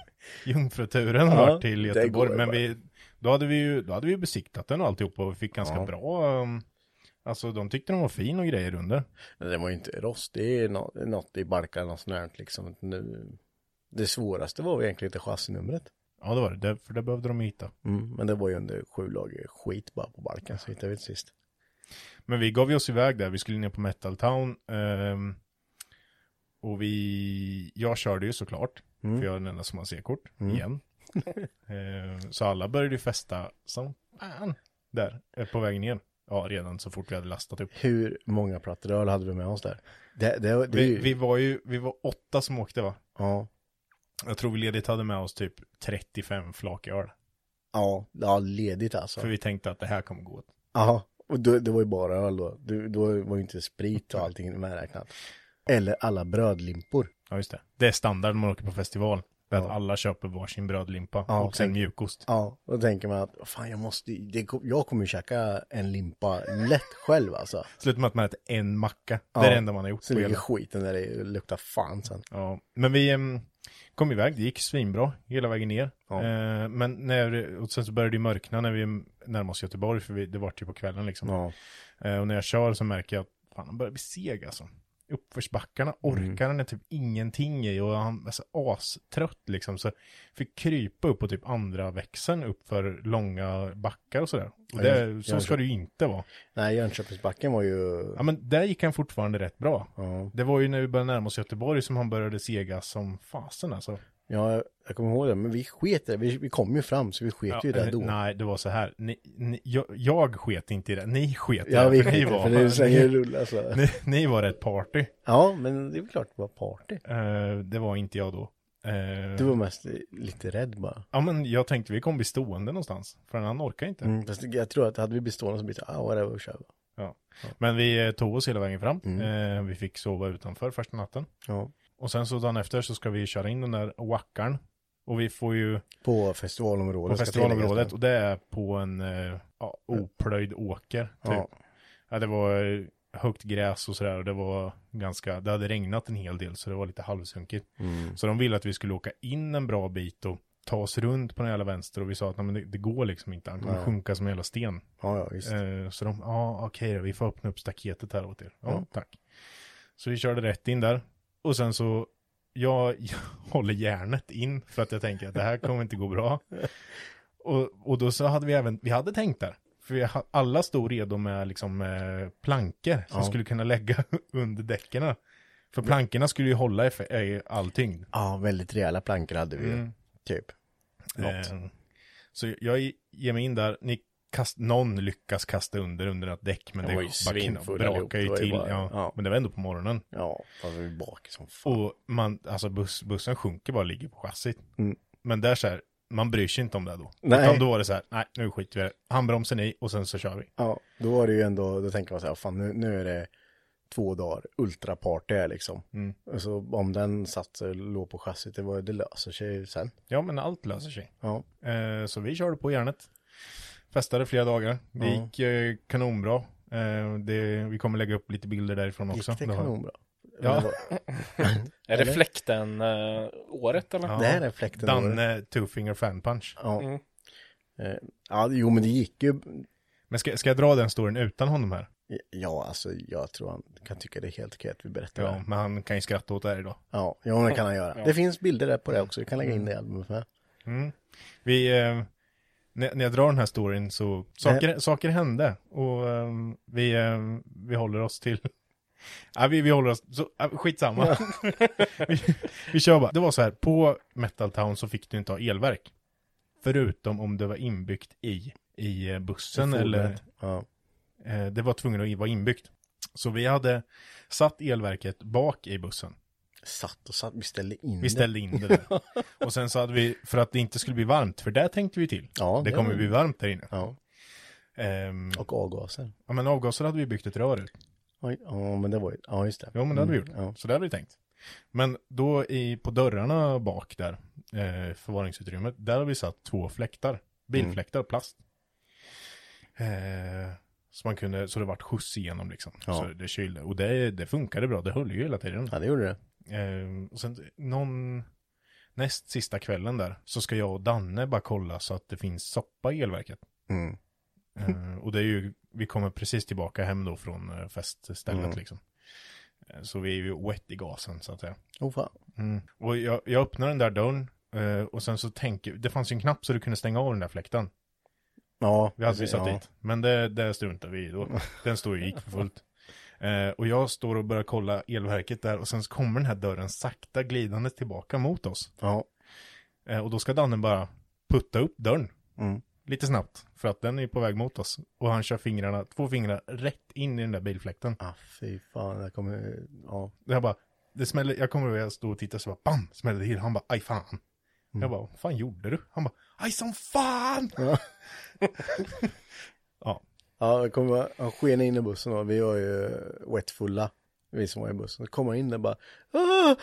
B: jungfruturen
A: Ja,
B: var till
A: det
B: Göteborg,
A: går
B: men
A: bara.
B: vi, då, hade vi ju, då hade vi ju besiktat den och alltihop och vi fick ganska bra, um, alltså de tyckte den var fin och grejer under.
A: Men det var ju inte rost, det är nå- något i balkarna och sånt där, liksom. Nu, det svåraste var ju egentligen inte chassinumret.
B: Ja det var det, det, för det behövde de ju hitta.
A: Men det var ju under sju lager skit bara på balkan så hittade vi det sist.
B: Men vi gav ju oss iväg där, vi skulle ner på Metal Town. ehm, och vi, jag körde ju såklart,
A: Mm.
B: för jag är den enda som har C-kort, igen. Ehm, så alla började ju festa som fan där, eh, på vägen ner. Ja, redan så fort vi hade lastat upp.
A: Hur många plattor öl hade vi med oss där? Det, det, det, är
B: Vi,
A: ju,
B: vi var ju, vi var åtta som åkte va?
A: Ja,
B: Jag tror vi ledigt hade med oss typ 35 flak öl.
A: ja, ja, ledigt alltså.
B: För vi tänkte att det här kommer gå åt.
A: Ja, och då, det var ju bara öl då. Det, då var ju inte sprit och allting medräknat. Eller alla brödlimpor.
B: Ja just det. Det är standard när man åker på festival. Det är att
A: Ja.
B: alla köper varsin brödlimpa
A: Ja,
B: och sen
A: tänk-
B: mjukost.
A: Ja, då tänker man att fan jag måste, det, kom- jag kommer ju käka en limpa lätt själv alltså.
B: Slutar med att man äter en macka. Det
A: Ja.
B: är det enda man har gjort.
A: Så
B: på
A: ligger
B: hela-
A: skiten där det luktar fan sen.
B: Ja. Men vi em, kom iväg, det gick svinbra hela vägen ner.
A: Ja.
B: Eh, men när, och sen så började det mörkna när vi närmade oss Göteborg, för vi, det var typ på kvällen liksom. Eh, och när jag kör så märker jag att fan, han börjar bli seg alltså. Uppförsbackarna orkar
A: Mm.
B: han typ ingenting i och han är så astrött liksom. Så fick krypa upp på typ andra växeln upp för långa backar och sådär. Och
A: Ja,
B: det,
A: jag-
B: så
A: jag
B: ska det ju inte vara.
A: Nej, Jönköpingsbacken var ju,
B: Ja men där gick han fortfarande rätt bra.
A: Ja.
B: Det var ju när vi började närma oss Göteborg som han började sega som fasen alltså.
A: ja, jag kommer ihåg det, men vi sket i det. Vi, vi kom ju fram så vi sket ju i det
B: eh,
A: då.
B: Nej, det var så här. Ni, ni, jag, jag sket inte i det. Ni sket i
A: Ja,
B: det.
A: vi
B: för
A: sket i
B: ni
A: det,
B: var,
A: för det är så här
B: ni,
A: rull alltså.
B: ni, ni var rätt party.
A: Ja, men det är väl klart det var party.
B: Eh, det var inte jag då. Eh,
A: Du var mest lite rädd bara.
B: Ja men jag tänkte vi kommer bli stående någonstans, för han orkar inte.
A: Mm. Fast jag tror att hade vi blivit stående så blir det så här, ah, whatever, kör vi.
B: Ja. Men vi eh, tog oss hela vägen fram.
A: Mm.
B: Eh, vi fick sova utanför första natten.
A: Ja.
B: Och sen så dagen efter så ska vi köra in den där wackaren. Och vi får ju
A: På festivalområdet.
B: på
A: ska tilläggas
B: festivalområdet
A: det.
B: och det är på en eh, ja, oplöjd åker. Typ. Ja.
A: Ja.
B: det var eh, högt gräs och sådär och det var ganska, det hade regnat en hel del så det var lite halvsunkigt.
A: Mm.
B: Så de ville att vi skulle åka in en bra bit och ta oss runt på den jävla vänster och vi sa att nej, men det, det går liksom inte, han kommer sjunka som en jävla sten.
A: Ja, ja, visst.
B: Eh, så de, ja okej då, vi får öppna upp staketet här åt er. Ja, tack. Så vi körde rätt in där. Och sen så, jag, jag håller järnet in för att jag tänker att det här kommer inte gå bra. Och, och då så hade vi även, vi hade tänkt där. För vi ha, alla stod redo med liksom eh, plankor som skulle kunna lägga under däcken. För plankorna skulle ju hålla eff- eh, all tyngd.
A: Ja, väldigt rejäla plankor hade
B: Mm.
A: vi ju. Typ. Något.
B: Eh, så jag ger mig in där, ni kast, någon lyckas kasta under under ett däck men
C: Det
B: det,
C: var ju
B: bara
C: svinfull
B: brakar
C: allihop,
B: ju
A: det var ju
B: till.
A: bara-
B: ja.
A: ja.
B: Men det var ändå på morgonen.
A: Ja, fast vi är bak som fan.
B: Och man, alltså buss, bussen sjunker bara, ligger på chassit.
A: Mm.
B: Men där så här, man bryr sig inte om det då.
A: Nej.
B: Utan då var det så här, nej nu skiter vi i det. Handbromsen i och sen så kör vi.
A: Ja, då var det ju ändå, då tänker man så här, fan nu, nu är det två dagar ultraparty här liksom.
B: Mm.
A: Alltså om den satt sig och låg på chassit, det, var, det löser sig ju sen.
B: Ja men allt löser sig.
A: Ja,
B: Eh, så vi körde på järnet. Festade flera dagar. Det
A: Ja.
B: gick eh, kanonbra. Eh, det, vi kommer lägga upp lite bilder därifrån också.
A: gick det
B: har-
A: kanonbra?
B: Ja.
A: Det, var,
C: Är det
A: Eller?
C: fläkten-året eller?
B: Ja.
A: det här är fläkten.
B: Danne Two Finger Fan Punch.
A: Ja.
C: Mm.
A: Eh, ja, jo men det gick ju.
B: Men ska, ska jag dra den storyn utan honom här?
A: Ja, alltså jag tror han kan tycka det är helt okej att vi berättar
B: Ja,
A: det. här.
B: men han kan ju skratta åt det här idag.
A: Ja, ja men det kan han göra. Det finns bilder där på
B: Mm.
A: det också, vi kan lägga in det i albumet med.
B: Vi, eh, när, när jag drar den här storyn så, saker, saker hände och eh, vi, eh, vi håller oss till, ja vi, vi håller oss, så, ja, skitsamma. vi, vi kör bara. Det var så här, på Metal Town så fick du inte ha elverk. Förutom om det var inbyggt i, i eh, bussen
A: I
B: eller,
A: fordret. Ja.
B: eh, det var tvungen att i- vara inbyggt. Så vi hade satt elverket bak i bussen.
A: Satt och satt, vi ställde in
B: Vi ställde in det där. Och sen så hade vi, för att det inte skulle bli varmt, för där tänkte vi till.
A: Ja,
B: det
A: det
B: kommer
A: var-
B: bli varmt där inne.
A: det. Ja,
B: Ehm,
A: och avgaser.
B: ja, men avgaser hade vi byggt ett rör ut.
A: Oj, Ja, men det var ju, ja just det.
B: Ja, men det hade vi
A: Mm,
B: gjort.
A: Ja.
B: Så det hade vi tänkt. Men då i, på dörrarna bak där, eh, förvaringsutrymmet, där har vi satt två fläktar. Bilfläktar,
A: Mm.
B: plast. Eh, så man kunde, så det vart skjuts igenom liksom.
A: Ja.
B: Så det kylde. Och det, det funkade bra, det höll ju hela tiden.
A: ja, det gjorde det.
B: Eh, och sen någon näst sista kvällen där så ska jag och Danne bara kolla så att det finns soppa i elverket.
A: Mm.
B: Eh, och det är ju, vi kommer precis tillbaka hem då från eh, feststället
A: Mm.
B: liksom. Eh, så vi är ju wet i gasen så att säga. Mm.
A: Åh fan.
B: Och jag, jag öppnar den där dörren eh, och sen så tänker, det fanns ju en knapp så du kunde stänga av den där fläkten.
A: Ja,
B: Vi hade ju satt
A: ja.
B: dit. Men det, det struntar vi i då. Den står ju gick för fullt. Eh, och jag står och börjar kolla elverket där och sen så kommer den här dörren sakta glidande tillbaka mot oss.
A: Ja,
B: Eh, och då ska Danne bara putta upp dörren.
A: Mm.
B: Lite snabbt. För att den är på väg mot oss. Och han kör fingrarna, två fingrar rätt in i den där bilfläkten.
A: ah, fy fan, det kommer, ja.
B: Jag bara, det smäller, jag kommer ihåg att jag stod och tittade så bara bam, smällde det till. Han bara, aj fan.
A: Mm.
B: Jag bara, vad fan gjorde du? Han bara, aj som fan! ja,
A: Ja, det kommer, han sken in i bussen och vi var ju wetfulla, vi som var i bussen. Så kommer han in där bara, "Ah, ah."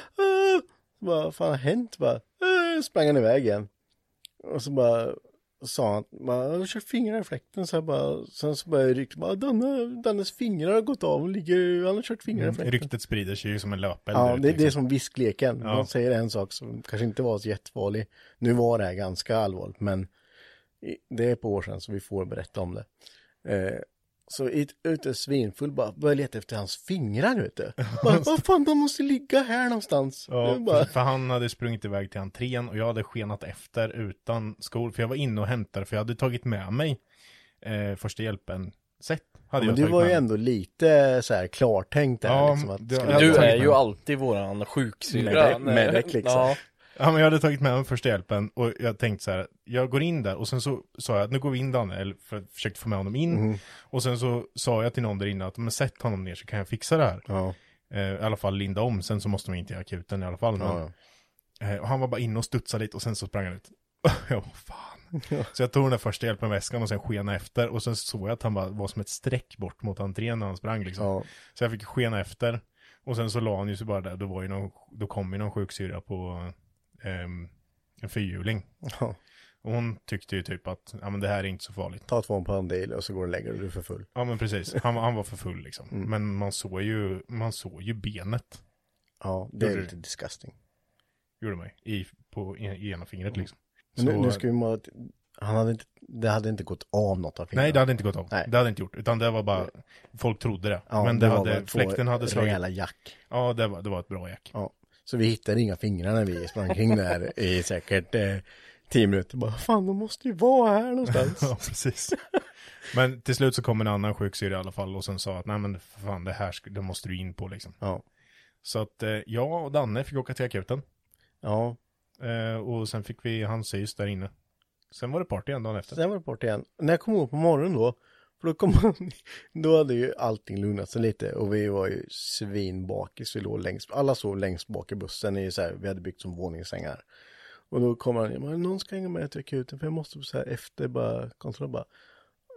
A: så bara, vad fan har hänt? Bara, "Ah," sprang han iväg igen. Och så bara, sa han, bara, jag kör fingrar i fläkten. Så jag bara, sen så började jag rycka, bara, Danne, Dannes fingrar har gått av och ligger, han har kört fingrar
B: Mm,
A: i fläkten.
B: ryktet sprider sig ju som en löpeld.
A: Mm. Ja,
B: ut,
A: det, det är
B: liksom.
A: som viskleken.
B: Ja.
A: Man säger en sak som kanske inte var så jättefarlig. Nu var det här ganska allvarligt, men i- det är ett par år sedan så vi får berätta om det. Eh, så i ett- ute svinfull bara började leta efter hans fingrar ute. Bara, Vad fan, de måste ligga här någonstans.
B: Ja,
A: Det är bara,
B: för- för han hade sprungit iväg till entrén och jag hade skenat efter utan skor. För jag var inne och hämtade, för jag hade tagit med mig eh, första hjälpen-set. Hade
A: men
B: jag
A: du
B: tagit
A: var
B: med
A: ju
B: mig.
A: ändå lite så här klartänkt där.
B: Ja,
A: liksom, att,
B: det-
A: ska
B: jag
A: vi
C: Du
A: ta-
B: tänker
C: är
B: på
C: ju
B: det.
C: alltid våran
A: Medic-
C: sjuksyrra.
A: medic liksom.
C: Ja.
B: Ja, men jag hade tagit med mig första hjälpen och jag tänkte så här, jag går in där och sen så sa jag att nu går vi in Danne, eller för jag försökte få med honom in.
A: Mm-hmm.
B: Och sen så sa jag till någon där inne att, men sätt honom ner så kan jag fixa det här.
A: Ja,
B: Eh, I alla fall linda om, sen så måste man inte i akuten i alla fall. Men,
A: ja,
B: Eh, och han var bara inne och studsade lite och sen så sprang han ut. jag bara, fan. Så jag tog den där första hjälpen-väskan och sen skena efter och sen såg jag att han bara var som ett streck bort mot entrén när han sprang liksom.
A: Ja.
B: Så jag fick skena efter. Och sen så la han ju sig bara där, då, var ju någon, då kom ju någon sjuksyra på ehm, en fyrhjuling.
A: Ja.
B: Och hon tyckte ju typ att, ja men det här är inte så farligt.
A: Ta tvåan på en del och så går du och lägger dig, du är för full.
B: Ja men precis, han, han var för full liksom.
A: Mm.
B: Men man såg ju, man såg ju benet,
A: Ja, det är
B: Gjorde
A: lite disgusting.
B: gjorde mig, i, på i, i ena fingret liksom.
A: Mm. Men nu,
B: Så-
A: nu ska vi måla, till- han hade inte, det hade inte gått av något av fingrarna.
B: Nej, det hade inte gått av.
A: Nej.
B: Det hade inte gjort. Utan det var bara, folk trodde det.
A: Ja,
B: men det,
A: var
B: hade,
A: bara två
B: fläkten hade slagit.
A: Rejäla jack.
B: Ja, det var, det var ett bra jack.
A: Ja. Så vi hittade inga fingrar när vi sprang kring där i säkert eh, tio minuter. Bara, fan de måste ju vara här någonstans.
B: Ja, precis. men till slut så kom en annan sjuksyra i alla fall och sen sa att nej men för fan det här sk- det måste du in på liksom.
A: ja.
B: Så att eh, jag och Danne fick åka till akuten
A: Ja,
B: eh, och sen fick vi hans sys där inne. Sen var det party en dag efter.
A: sen var det bort igen. När jag kom ihåg på morgonen då, för då kom han, då hade ju allting lugnat sig lite och vi var ju svinbakis, vi låg längst, alla sov längst bak i bussen, i så här, vi hade byggt som våningssängar. Och då kommer han, men någon ska hänga med till akuten för jag måste så här efter bara kontrollera bara,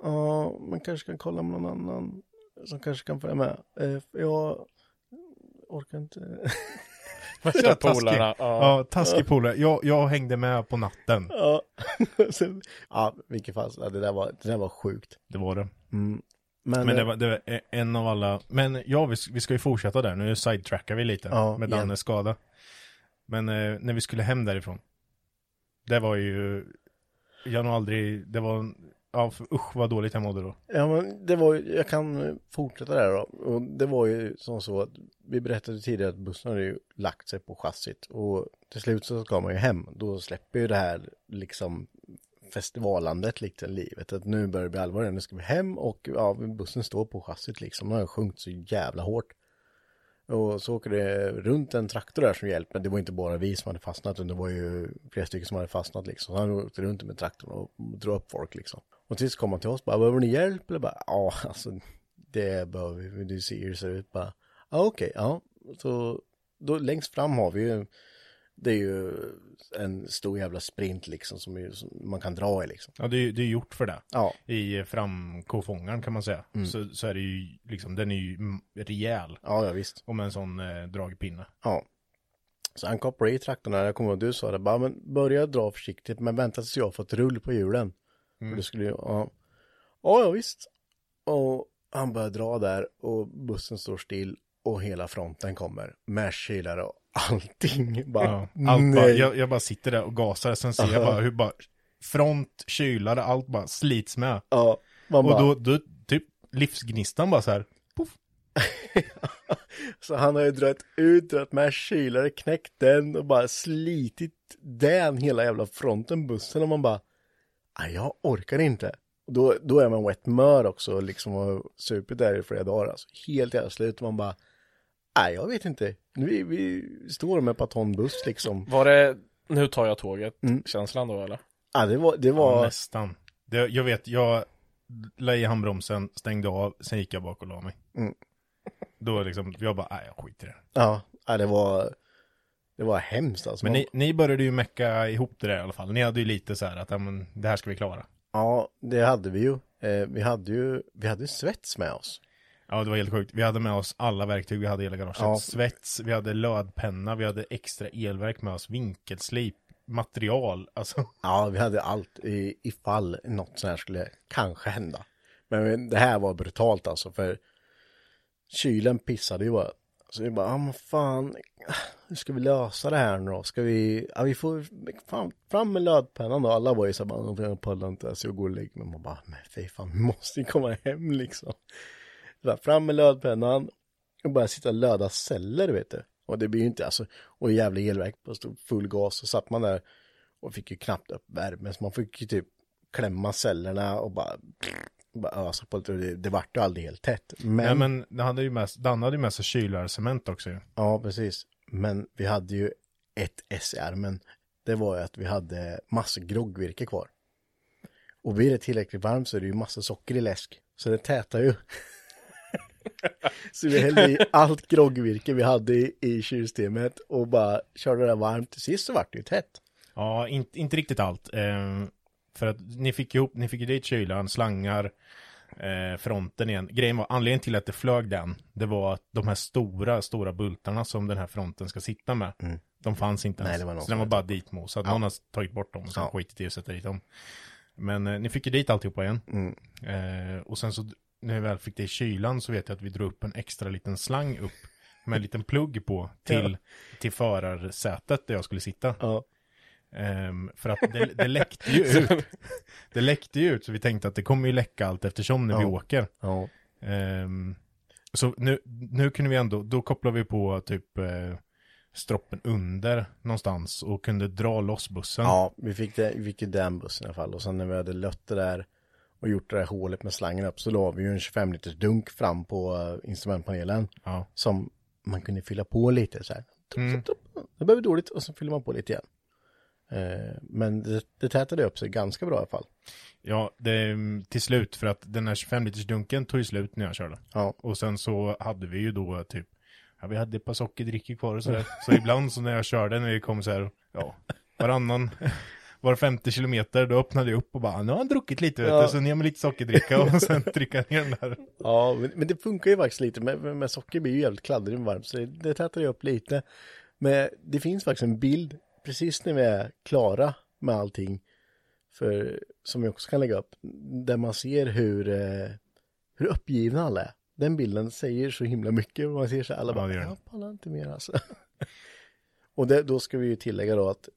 A: ja, man kanske kan kolla med någon annan som kanske kan följa med. Eh, för jag orkar inte.
C: Värsta
B: taskig.
C: polarna. Ja.
B: Ja, taskig polare. Jag, jag hängde med på natten.
A: ja, Sen- ja, vilket fall, ja, det, där var, det där var sjukt.
B: Det var det.
A: Men,
B: Men det
A: eh,
B: var, det var eh, en av alla, men ja, vi, s- vi ska ju fortsätta där, nu sidetrackar vi lite
A: Ja,
B: med
A: igen.
B: Dannes skada. Men eh, när vi skulle hem därifrån, det var ju, jag har nog aldrig, det var, en- ja, för, usch vad dåligt jag mådde då.
A: Ja, men det var ju, jag kan eh, fortsätta där då. Och det var ju som så att vi berättade tidigare att bussen hade ju lagt sig på chassit och till slut så ska man ju hem. Då släpper ju det här liksom festivalandet liksom livet. Att nu börjar det bli allvar igen. nu ska vi hem och ja, bussen står på chassit liksom. Den har sjunkit så jävla hårt. Och så åker det runt en traktor där som hjälper. Det var inte bara vi som hade fastnat, utan det var ju flera stycken som hade fastnat liksom. Så han åkte runt med traktorn och drog upp folk liksom. Och tills kom han till oss bara, behöver ni hjälp? Eller bara, ja, alltså det behöver vi, men du ser hur det ser ut bara. Ja, okej, ja. Så då längst fram har vi ju, det är ju en stor jävla sprint liksom som, är, som man kan dra i liksom.
B: Ja, det är ju det är gjort för det.
A: Ja,
B: I eh, framkofångaren kan man säga,
A: Mm.
B: så, så är det ju liksom, den är ju mm, rejäl.
A: ja, ja visst.
B: Och med en sån eh, dragpinne.
A: Ja. Så han kopplade i traktorn här, jag kommer ihåg att du sa det, bara men börja dra försiktigt men vänta tills jag fått rull på hjulen.
B: Mm.
A: För du skulle ju, ja. ja, ja visst. Och han börjar dra där och bussen står still och hela fronten kommer med kylare och allting. Bara,
B: Ja, allt bara,
A: nej.
B: jag, jag bara sitter där och gasar, sen ser jag bara hur bara front, kylare, allt bara slits med.
A: ja, man bara,
B: Och då, då typ livsgnistan bara så här. Puff.
A: Så han har ju dragit ut, dragit med kylare, knäckt den och bara slitit den hela jävla fronten bussen och man bara, nej jag orkar inte. Och då, då är man wet mör också liksom och har supit där i flera dagar. Alltså, helt jävla slut och man bara, nej jag vet inte. Vi, vi står med patronbuss liksom.
C: Var det, nu tar jag tåget, känslan då eller?
A: Ja, det var, det
B: Ja,
A: var,
B: nästan. Det, jag vet, jag la i handbromsen, stängde av, sen gick jag bak och la mig.
A: Mm.
B: Då liksom, jag bara, nej jag skiter i det.
A: ja, ja det var, det var hemskt alltså.
B: Men
A: Man-
B: ni, ni började ju mecka ihop det där i alla fall. Ni hade ju lite så här att, ja men det här ska vi klara.
A: Ja, det hade vi ju. Eh, vi hade ju, vi hade ju svets med oss.
B: Ja, det var helt sjukt. Vi hade med oss alla verktyg vi hade i hela garaget.
A: Ja.
B: Svets, vi hade lödpenna, vi hade extra elverk med oss, vinkelslip, material, alltså.
A: Ja, vi hade allt i, ifall något sånt här skulle kanske hända. Men det här var brutalt alltså, för kylen pissade ju bara. Så vi bara, ah, men fan, hur ska vi lösa det här nu då? Ska vi, ja vi får, fan, fram med lödpennan då. Alla var ju så här, bara, jag pallar inte, alltså jag går och lägger mig. Man bara, men fy fan, vi måste ju komma hem liksom. Så där, fram med lödpennan och bara sitta och löda celler, vet du. Och det blir ju inte, alltså, och jävla elverk på stor full gas, så satt man där och fick ju knappt upp värmen så man fick ju typ klämma cellerna och bara, bara ösa på lite och det, det vart ju aldrig helt tätt. Men,
B: Nej men, det hade ju med, Dan hade ju med sig kylarcement också ju.
A: ja precis. Men vi hade ju ett S i armen. Det var ju att vi hade massor groggvirke kvar. Och blir det tillräckligt varmt så är det ju massa socker i läsk. Så det tätar ju. Så vi hällde i allt groggvirke vi hade i, i kylsystemet och bara körde det varmt. Sist så vart det ju tätt.
B: Ja, inte, inte riktigt allt. Eh, för att ni fick ihop, ni fick ju dit kylan, slangar, eh, fronten igen. Grejen var, anledningen till att det flög den, det var att de här stora, stora bultarna som den här fronten ska sitta med, de fanns inte
A: Mm. Nej,
B: ens.
A: det var någon
B: så den
A: som
B: var
A: hade
B: bara ditmosad. Någon har tagit bort dem och sen
A: Ja.
B: skitit i att sätta dit dem. Men eh, ni fick ju dit alltihopa igen.
A: Mm.
B: Eh, och sen så, när vi väl fick det i kylan så vet jag att vi drog upp en extra liten slang upp med en liten plugg på till, till förarsätet där jag skulle sitta.
A: Ja.
B: Ehm, för att det, det läckte ju ut. Det läckte ju ut så vi tänkte att det kommer ju läcka allt eftersom när vi
A: Ja.
B: åker.
A: Ja.
B: Ehm, så nu, nu kunde vi ändå, då kopplade vi på typ eh, stroppen under någonstans och kunde dra loss bussen.
A: Ja, vi fick, det, vi fick ju den bussen i alla fall och sen när vi hade lött det där och gjort det där hålet med slangen upp så la vi ju en 25 liters dunk fram på eh, instrumentpanelen
B: Ja.
A: som man kunde fylla på lite så här. Tup, tup, tup. Det blev dåligt och så fyller man på lite igen. Eh, Men det, det tätade upp sig ganska bra i alla fall.
B: Ja, det, till slut för att den här 25 liters dunken tog ju slut när jag körde.
A: Ja.
B: Och sen så hade vi ju då typ, ja vi hade ett par sockerdrickor kvar och sådär. Så ibland så när jag körde, när vi kom så här, ja, varannan, var femte kilometer, då öppnade jag upp och bara, nu har han druckit lite vet du, så ner med lite sockerdricka och sen trycka ner den där.
A: Ja, men, men det funkar ju faktiskt lite. Men, men men socker blir ju jävligt kladdrigt och varmt så det, det tätar ju upp lite. Men det finns faktiskt en bild precis när vi är klara med allting. För, som vi också kan lägga upp. Där man ser hur, eh, hur uppgivna alla är. Den bilden säger så himla mycket. och Man ser så här, alla
B: Ja,
A: bara,
B: det gör den.
A: jag pallar inte mer alltså. och det, då ska vi ju tillägga då att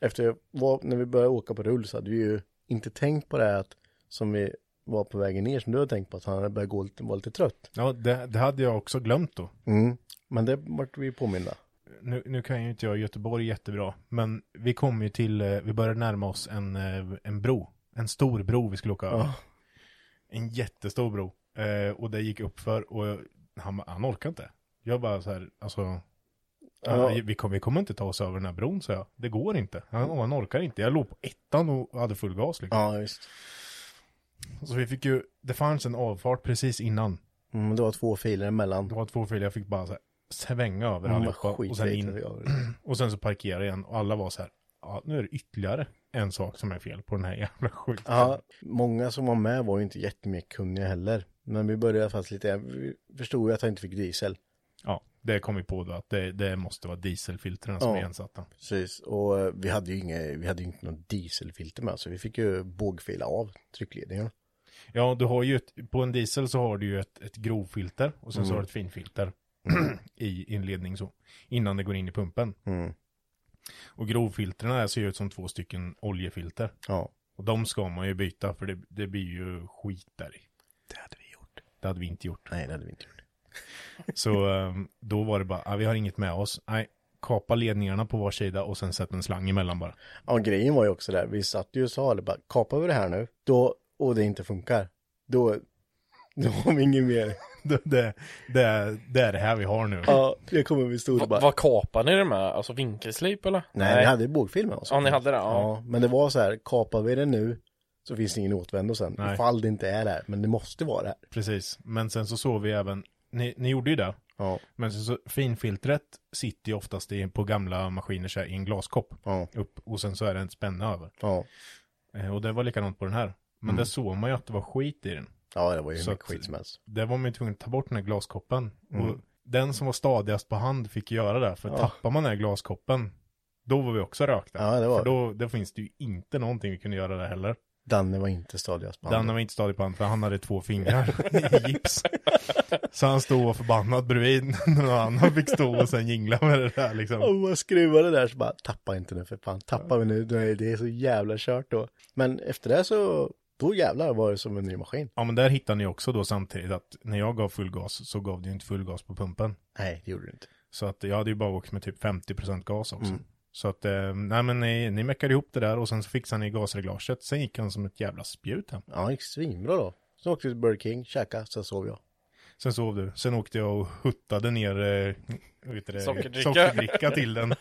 A: efter vad, när vi började åka på rull så hade vi ju inte tänkt på det här att som vi var på vägen ner som du hade tänkt på att han hade börjat gå lite, var lite trött.
B: Ja, det, det hade jag också glömt då.
A: Men det vart vi ju påminda.
B: Nu, nu kan ju inte jag Göteborg jättebra, men vi kom ju till, eh, vi började närma oss en, eh, en bro. En stor bro vi skulle åka över.
A: Ja.
B: En jättestor bro. Eh, och det gick upp för och jag- han, han orkade inte. Jag bara så här, alltså.
A: Ja.
B: eh, Vi, kom, vi kommer inte ta oss över den här bron, så jag. Det går inte. Han, han orkar inte. Jag låg på ettan och hade full gas liksom.
A: Ja, visst.
B: Så vi fick ju, det fanns en avfart precis innan.
A: Mm, det var två filer
B: Det
A: emellan.
B: var två filer, jag fick bara så här, svänga över
A: Mm,
B: allihopa. Och sen
A: skitfejt.
B: in, Och sen så parkerade jag igen och alla var så här, ja nu är det ytterligare en sak som är fel på den här jävla skiten.
A: Ja, många som var med var ju inte jättemycket kunniga heller. Men vi började i alla fall lite, vi förstod ju att han inte fick diesel.
B: Ja, det kom vi på då att det, det måste vara dieselfiltren som
A: Ja.
B: är ensatta.
A: Precis, och eh, vi hade ju inget, vi hade ju inte någon dieselfilter med så vi fick ju bågfila av tryckledningen.
B: Ja, du har ju ett, på en diesel så har du ju ett, ett grovfilter och
A: Mm.
B: sen så har du ett finfilter i inledning så, innan det går in i pumpen.
A: Mm.
B: Och grovfiltren här ser ju ut som två stycken oljefilter.
A: Ja.
B: Och de ska man ju byta för det, det blir ju skit där i.
A: Det hade vi gjort.
B: Det hade vi inte gjort.
A: Nej, det hade vi inte gjort.
B: Så eh, då var det bara, ah, vi har inget med oss. Nej, kapa ledningarna på var sida och sen sätt en slang emellan bara.
A: Ja, grejen var ju också där, vi satt ju och sa det bara, kapar vi det här nu, då, och det inte funkar, då, då har vi inget mer.
B: Det, det, det, är- det är det här vi har nu.
A: Ja, det kommer vi stod och
C: Va,
A: bara,
C: vad kapar ni det med? Alltså vinkelslip eller?
A: Mm. nej, vi hade ju bågfilmen också.
C: Ja, ni hade det, ja.
A: men det var så här, kapar vi det nu, så finns det ingen återvändo sen,
B: Nej.
A: ifall det inte är det här, men det måste vara det här.
B: Precis, men sen så såg vi även, ni, ni gjorde ju det.
A: Ja,
B: Men sen så finfiltret sitter ju oftast i, på gamla maskiner så här, i en glaskopp.
A: ja,
B: Upp, och sen så är det en spänne över.
A: ja.
B: Eh, och det var likadant på den här.
A: Mm.
B: Men där såg man ju att det var skit i den.
A: Ja, det var ju hur
B: Så
A: mycket
B: att-
A: skit som helst.
B: Där var man ju tvungen att ta bort den här glaskoppen. Och
A: Mm.
B: den som var stadigast på hand fick göra det. För tappar man den här glaskoppen, då var vi också rökta.
A: Ja, det var
B: för då, då finns det ju inte någonting vi kunde göra där heller.
A: Danne var inte stadigast på
B: Danne
A: handen.
B: var inte stadig på hand, för han hade två fingrar i gips. Så han stod och var förbannad bredvid när någon annan fick stå och sen jingla med det där liksom.
A: Och man skruvade där så bara, tappa inte nu för fan, tappa vi nu, då är det så jävla kört då. Men efter det så, då jävlar var det som en ny maskin.
B: Ja men där hittade ni också då samtidigt att när jag gav full gas så gav det ju inte full gas på pumpen.
A: Nej, det gjorde det inte.
B: Så att jag hade ju bara åkt med typ 50% gas också.
A: Mm.
B: Så att, eh, nej men ni, ni meckade ihop det där och sen så fixade ni gasreglaget. Sen gick han som ett jävla spjut hem.
A: Ja, det gick svinbra då. Sen åkte vi till Burger King, käka, sen sov jag.
B: Sen sov du. Sen åkte jag och huttade ner eh, vad heter det?
C: Sockerdricka.
B: sockerdricka till den.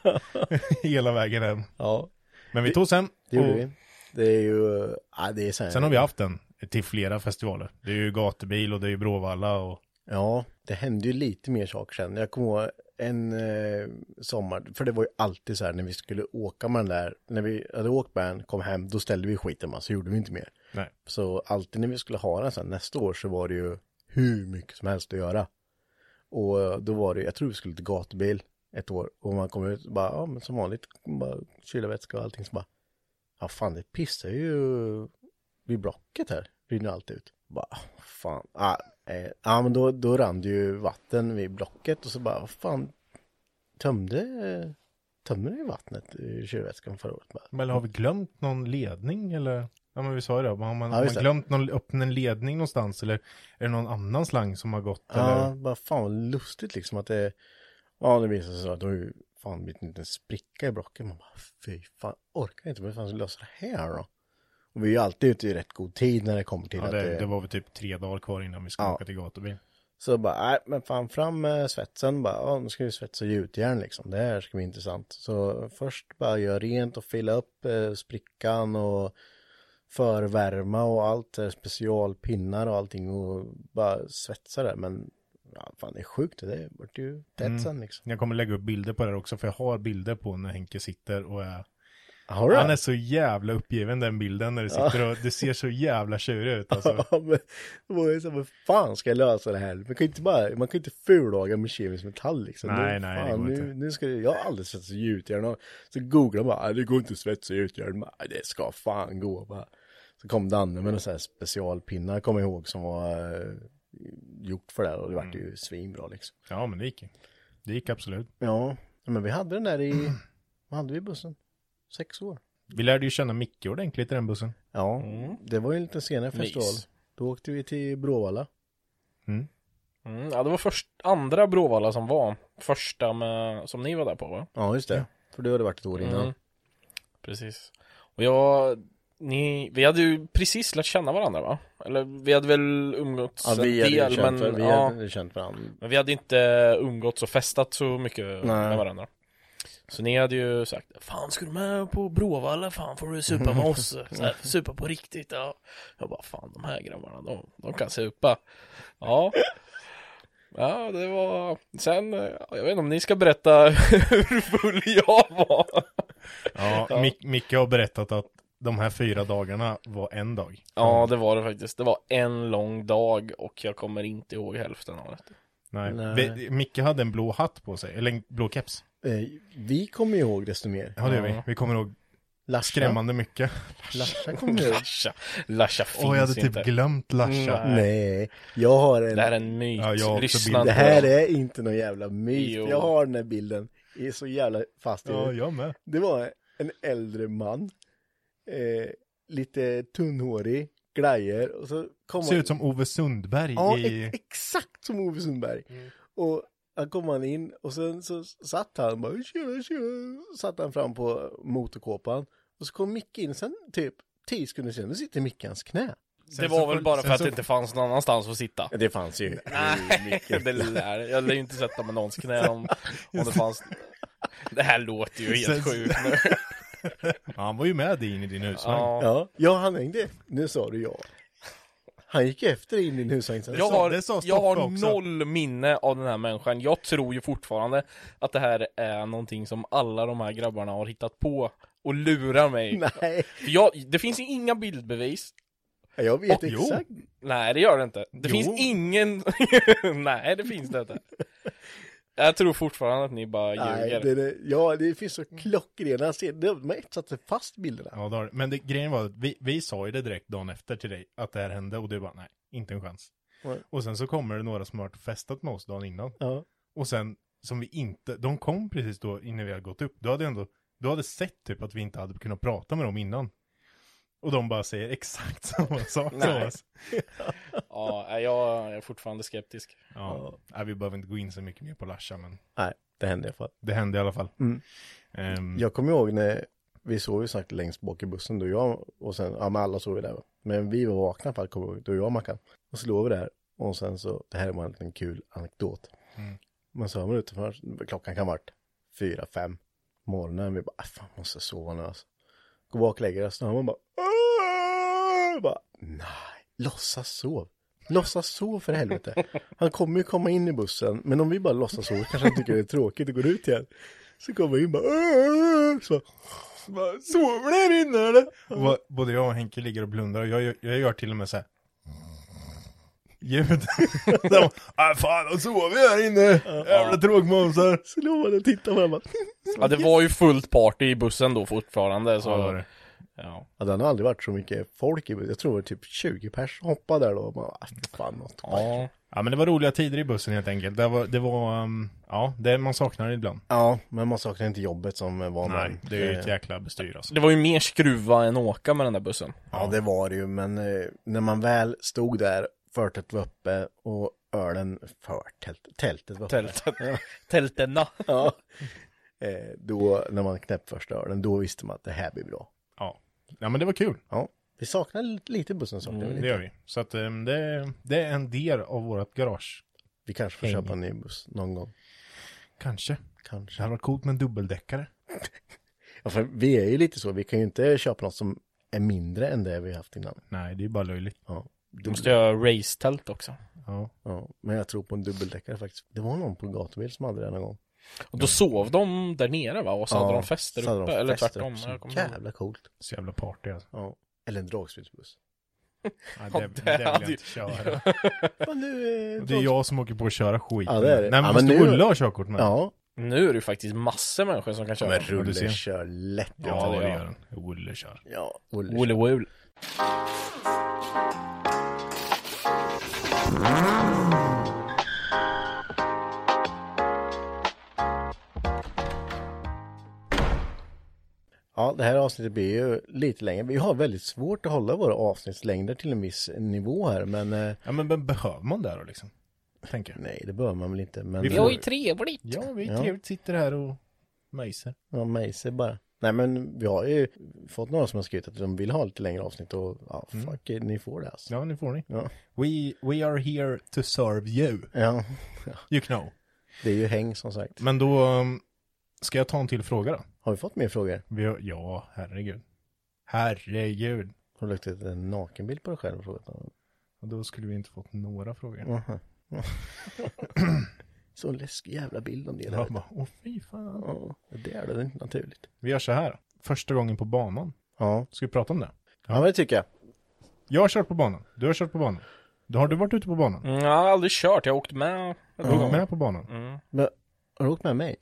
B: Hela vägen hem.
A: Ja,
B: Men vi tog sen.
A: det gjorde
B: och
A: vi. Det är ju, ja det är sen.
B: Sen har vi haft den till flera festivaler. Det är ju gatubil och det är ju Bråvalla och
A: Ja, det hände ju lite mer saker sen. Jag kommer ihåg en eh, sommar, för det var ju alltid så här när vi skulle åka med den där, när vi hade åkt med den, kom hem, då ställde vi skiten med så gjorde vi inte mer.
B: Nej.
A: Så alltid när vi skulle ha den sen nästa år så var det ju hur mycket som helst att göra. Och eh, då var det, jag tror vi skulle till gatubil ett år och man kom ut och bara, ja men som vanligt, bara kyla vätska och allting så bara, ja fan det pissar ju vid blocket här, rinner allt ut. Bara, "Ah, fan, ah, eh, ja men då, då rann det ju vatten vid blocket och så bara, "Vad fan, tömde, tömde ni vattnet i kylvätskan förra året? Bara,
B: Men har vi glömt någon ledning eller? Ja men vi sa ju det, har man,
A: Ja,
B: har man
A: just det.
B: glömt någon, öppna en ledning någonstans eller är det någon annan slang som har gått?
A: Ja,
B: Eller?
A: bara fan vad lustigt liksom att det... Ja, det visade sig så att det har ju fan blivit en liten spricka i blocken. Man bara, fy fan, orkar inte, men hur fan ska jag lösa det här då? Och vi är ju alltid ute i rätt god tid när det kommer till
B: Ja,
A: att det...
B: det, det var väl typ tre dagar kvar innan vi skulle
A: Ja.
B: åka till gatubil.
A: Så bara, nej, men fan fram med svetsen bara, ja, nu ska vi svetsa gjutjärn liksom, det här ska bli intressant. Så först bara gör rent och fylla upp eh, sprickan och förvärma och allt, eh, specialpinnar och allting och bara svetsa det. Men ja, fan det är sjukt, det där vart ju tätt
B: Mm.
A: sen liksom.
B: Jag kommer lägga upp bilder på det här också för jag har bilder på när Henke sitter och är...
A: Har du
B: Han är
A: det?
B: så jävla uppgiven den bilden när du sitter och du ser så jävla tjurig ut alltså.
A: Ja, men det var ju så här, vad fan ska jag lösa det här? Man kan ju inte bara, man kan ju inte fullaga med kemisk metall liksom.
B: Nej,
A: nu,
B: nej, det
A: fan,
B: går
A: nu,
B: inte.
A: Nu ska det, jag har aldrig svetsat gjutjärn och så googlar man, "Ah, det går inte att svetsa gjutjärn, Men, "Ah, det ska fan gå bara. Så kom Danne med några så här specialpinnar, kommer jag ihåg, som var eh, gjort för det här och det vart ju svinbra liksom.
B: Ja men det gick. Det gick absolut.
A: Ja, men vi hade den där i, vad hade vi i bussen? Sex år.
B: Vi lärde ju känna Micke ordentligt i den bussen.
A: Ja, det var ju en liten senare festival.
C: Nice.
A: Då åkte vi till Bråvalla.
C: Mm, ja, det var först, andra Bråvalla som var. Första med, som ni var där på va?
A: Ja, just det. För du hade varit ett år innan.
C: Mm. Precis. Och jag, ni, vi hade ju precis lärt känna varandra va? Eller vi hade väl umgåtts
A: Ja, vi
C: en
A: hade
C: del
A: ju känt,
C: men
A: vi
C: ja,
A: hade ju känt varandra.
C: men vi hade inte umgåtts och festat så mycket med varandra. Så ni hade ju sagt Fan ska du med på Bråvalla? Fan får du supa med oss? Så här, supa på riktigt? Ja. Jag bara fan de här grabbarna de, de kan supa. Ja. Ja det var Sen eh, Jag vet inte om ni ska berätta hur full jag var.
B: Ja, Mic- Micke har berättat att de här fyra dagarna var en dag.
C: Ja, det var det faktiskt. Det var en lång dag och jag kommer inte ihåg hälften av det.
B: Nej.
A: Nej.
B: Vi, Micke hade en blå hatt på sig, eller en blå keps.
A: Eh, Vi kommer ju ihåg desto mer.
B: Ja, det gör vi. Vi kommer ihåg
A: Larsa.
B: skrämmande mycket.
A: Larsa kommer jag ihåg.
C: Lasha, Lasha finns
B: Och jag hade typ
C: inte.
B: glömt Larsa.
C: Nej.
A: Nej, jag har en...
C: Det här är en myt.
B: Ja, jag har också
C: Lyssna
B: bilder.
A: Det
C: inte.
A: här är inte någon jävla myt.
C: Jo.
A: Jag har den här bilden. Jag är så jävla fast i
B: Ja,
A: det.
B: jag med.
A: Det var en äldre man. Eh, lite tunnhårig, glajer och så kom
B: Ser
A: han-
B: ut som Ove Sundberg
A: Ja,
B: i...
A: ex- exakt som Ove Sundberg. Och han kom han in och sen så satt han bara tjena, tjena, satt han fram på motorkåpan. Och så kom Micke in sen typ 10 sekunder senare, sitter Micke i hans knä.
C: Det
B: så
C: var
B: får-
C: väl bara för
B: sen
C: att
B: så-
C: det inte fanns någon annanstans att sitta.
A: Det fanns ju.
C: Nej, det lär, jag lär ju inte sätta med någons knä om, om det fanns. Det här låter ju
B: Sen-
C: helt sjukt nu.
B: Ja, han var ju med dig in i din husvagn.
C: Ja.
A: Ja, ja han hängde efter. Nu sa du ja. Han gick efter in i din husvagn sen.
C: Jag
B: sa-
C: har,
B: det sa
C: jag har
B: Stoffe också.
C: noll minne av den här människan. Jag tror ju fortfarande att det här är någonting som alla de här grabbarna har hittat på och lurar mig.
A: Nej,
C: För Jag, det finns ju inga bildbevis.
A: jag vet
B: Och- jo.
A: exakt.
C: Nej, det gör det inte.
B: Jo.
C: Det finns ingen... Nej, det finns det inte. Jag tror fortfarande att ni bara
A: Nej,
C: ljuger.
A: det, det, ja, det finns så klockrena scener. De har etsat sig fast bilderna.
B: Ja, det har det. Men det, grejen var att vi, vi sa ju det direkt dagen efter till dig att det här hände och du bara nej, inte en chans.
A: Nej.
B: Och sen så kommer det några som har varit och festat med oss dagen innan.
A: Ja.
B: Och sen som vi inte, de kom precis då innan vi hade gått upp. Du hade ändå, du hade sett typ att vi inte hade kunnat prata med dem innan. Och de bara säger exakt samma sak till
C: Nej.
B: oss.
C: Ja, nej, jag är fortfarande skeptisk.
B: Ja, nej, vi behöver inte gå in så mycket mer på Larsa, men
A: Nej, det hände i alla fall.
B: det hände i alla fall.
A: Mm.
B: Ehm,
A: Jag kommer ihåg när vi sov ju sagt längst bak i bussen, du och jag och sen, ja men alla sov ju där va. Men vi var vakna för att komma ihåg, du och jag och Mackan. Och så låg vi där och sen så, det här var en liten kul anekdot. Men så hör man utanför, klockan kan ha varit fyra, fem morgonen. Vi bara, "Ah, fan måste sova nu alltså. Går bak och lägger oss, och hör man bara, "Åh!" bara, nej, låtsas sov. Låtsas så för helvete. Han kommer ju komma in i bussen, men om vi bara låtsas så kanske han tycker det är tråkigt och går ut igen. Så kommer vi in bara... "Åh!" Så, bara sover ni här inne eller?
B: Och vad- Både jag och Henke ligger och blundar och jag, gör- jag gör till och med så här. Ljud. De, ah, fan, de sover ju här inne! Jävla tråkmånsar!
A: Så låg han och tittade på honom.
C: Ja, det var ju fullt party i bussen då fortfarande så...
B: Ja, det var det.
C: Ja.
A: Ja, det har aldrig varit så mycket folk i bussen. Jag tror det var typ 20 pers hoppade där då. Och bara, "Ah, fan något.
C: Ja.
B: Ja men det var roliga tider i bussen helt enkelt. Det var, det var um, ja, det man saknar ibland.
A: Ja, men man saknar inte jobbet som var
B: Nej,
A: man.
B: det är ju ett jäkla bestyr alltså.
C: Det var ju mer skruva än åka med den där bussen.
A: Ja, det var det ju, men eh, när man väl stod där, förtet var uppe och ölen, förtält, tältet var uppe.
C: Tältet. Tältena.
A: Ja. Eh, då, när man knäppte första ölen, då visste man att det här blir bra.
B: Ja. ja men det var kul.
A: Ja, vi saknar lite, lite bussen saknar vi
B: Det
A: lite.
B: gör vi. Så att um, det, det är en del av vårt garage.
A: Vi kanske får
B: Häng.
A: köpa en ny buss någon gång.
B: Kanske. Det
A: Kanske.
B: hade varit coolt med en dubbeldäckare.
A: Ja, för vi är ju lite så, vi kan ju inte köpa något som är mindre än det vi haft innan.
B: Nej, det är ju bara löjligt.
A: Ja.
C: Du måste göra race-tält också.
B: Ja.
A: Ja, men jag tror på en dubbeldäckare faktiskt. Det var någon på gatubil som hade det någon gång.
C: Och då sov de där nere va? Och så hade de fest där
A: så hade de
C: uppe. Eller
A: fester
C: tvärtom.
A: också.
C: Jag kommer inte ihåg.
A: Jävla coolt.
B: Så jävla party alltså.
A: Ja. Eller en dragspelsbuss.
B: Ja,
C: Ja,
B: det,
C: det
B: det vill
C: hade
B: jag
C: ju-
B: inte köra.
A: Fan, du, eh,
B: Det är jag som åker på att köra skit.
A: Ja, det är det.
B: Nej
A: Ja, men
B: men, måste
A: nu-
B: Olle ha körkort med?
A: Ja,
C: Nu är det ju faktiskt massor människor som kan köra.
A: men
B: du ser.
A: Rulle kör lätt.
B: Ja,
C: Ja,
B: det
C: det
B: gör den. Olle kör.
A: Ja, Olle
C: Woole wool.
A: Ja, det här avsnittet blir ju lite längre. Vi har väldigt svårt att hålla våra avsnittslängder till en viss nivå här, men eh,
B: Ja men, men behöver man det då liksom? Tänker jag.
A: nej, det behöver man väl inte. Men
B: Vi
A: vi
B: får-
A: får...
C: ju trevligt.
B: Ja, vi
A: Ja.
B: trevligt sitter här och mejser.
A: ja, mejser bara. Nej, men vi har ju fått några som har skrivit att de vill ha lite längre avsnitt och ja, fuck it, ni får det alltså.
B: Ja, nu får ni.
A: Mm. Ja.
B: We, we are here to serve you.
A: Ja,
B: You know.
A: det är ju häng som sagt.
B: Men då, um, ska jag ta en till fråga då?
A: Har vi fått mer frågor?
B: Vi har, ja, herregud. Herregud.
A: Har du lagt ut en nakenbild på dig själv och frågat någon?
B: Och då skulle vi inte fått några frågor.
A: Jaha. Så läskig jävla bild om det.
B: Jag
A: Ja,
B: bara, åh fy fan.
A: det är det, det är inte naturligt.
B: Vi gör så här. Första gången på banan.
A: Ja.
B: Ska vi prata om det?
A: ja, men det tycker jag.
B: Jag har kört på banan. Du har kört på banan. Då har du varit ute på banan.
C: Mm, jag har aldrig kört, jag har åkt med.
B: Du var med på banan.
A: Men, har du åkt med mig?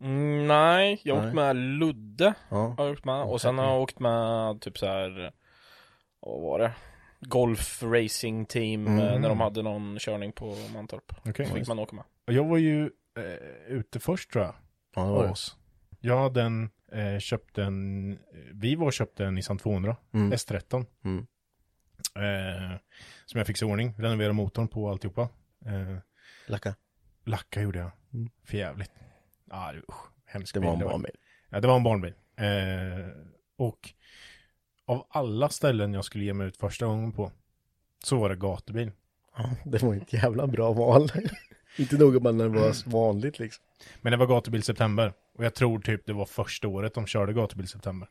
C: Mm, nej, jag har åkt med Ludde.
A: Ja.
C: Har jag åkt med. Och sen har jag åkt med typ så här. Vad var det? Golf racing team
A: Mm.
C: eh, när de hade någon körning på Mantorp.
B: Okej.
C: Fick man åka med.
B: Och Jag var ju eh, ute först tror jag.
A: Ja, det
B: Av
A: var det.
B: oss. Jag hade en, eh, köpte en, eh, vi var och köpte en Nissan 200, S13.
A: Mm.
B: Eh, som jag fixade i ordning, renoverade motorn på och alltihopa. Eh,
A: Lacka.
B: lacka gjorde jag. För jävligt. Ah, det- usch, hemsk
A: Mm. Det
B: bil
A: var en barnbil.
B: Ja, det var en barnbil. Eh, och av alla ställen jag skulle ge mig ut första gången på, så var det gatubil.
A: Ja, det var ett jävla bra val. inte nog att man när det var vanligt liksom.
B: Men det var gatubil september. Och jag tror typ det var första året de körde gatubil september.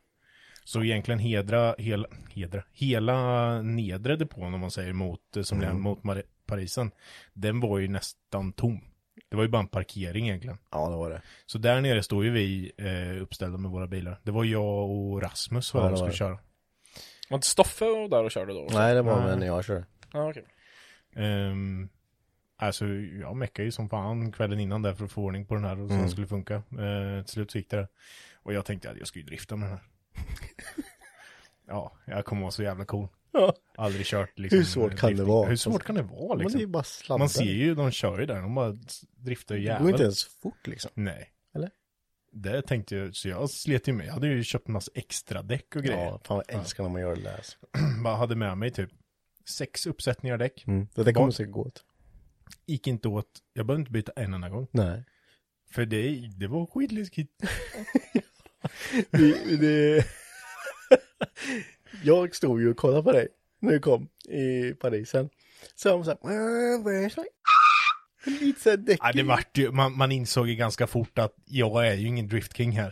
B: Så egentligen hedra, hela, hedra, hela nedre depån om man säger mot, eh, som mm. mot Mar- Parisen, den var ju nästan tom. Det var ju bara en parkering egentligen.
A: Ja, det var det.
B: Så där nere stod ju vi eh, uppställda med våra bilar. Det var jag och Rasmus var
A: Ja,
B: de
A: det
B: skulle
A: var
B: köra.
C: Var inte Stoffe där och körde då?
A: Nej, det var väl när jag körde.
C: Ja, okej.
B: Ehm, alltså jag meckade ju som fan kvällen innan där för att få ordning på den här och
A: Mm.
B: så den skulle funka. Eh, till slut så gick det där. Och jag tänkte att jag ska ju drifta med den här. ja, jag kommer vara så jävla cool.
A: Ja.
B: Aldrig kört liksom.
A: Hur svårt kan det
B: drifting.
A: vara?
B: Hur svårt kan det vara
A: Men det är ju
B: liksom?
A: bara sladdar.
B: Man ser ju, de kör ju där, de bara s- driftar ju
A: Det går
B: jävligt.
A: inte ens fort liksom.
B: Nej.
A: Eller?
B: Det tänkte jag, så jag slet ju med. Jag hade ju köpt en massa extra däck och grejer.
A: Ja, fan vad jag älskar när man gör det där. Alltså.
B: Bara hade med mig typ sex uppsättningar däck.
A: Det där kommer
B: Bak-
A: säkert gå åt.
B: Gick inte åt, jag behövde inte byta en enda gång.
A: Nej.
B: För det, det var skitläskigt.
A: Vi, det... jag stod ju och kollade på dig när du kom i Parisen. Så jag var så här, "Äh, "Where is my-" Lite så här däckig.
B: Ja, det vart ju, man, man insåg ju ganska fort att jag är ju ingen driftking här.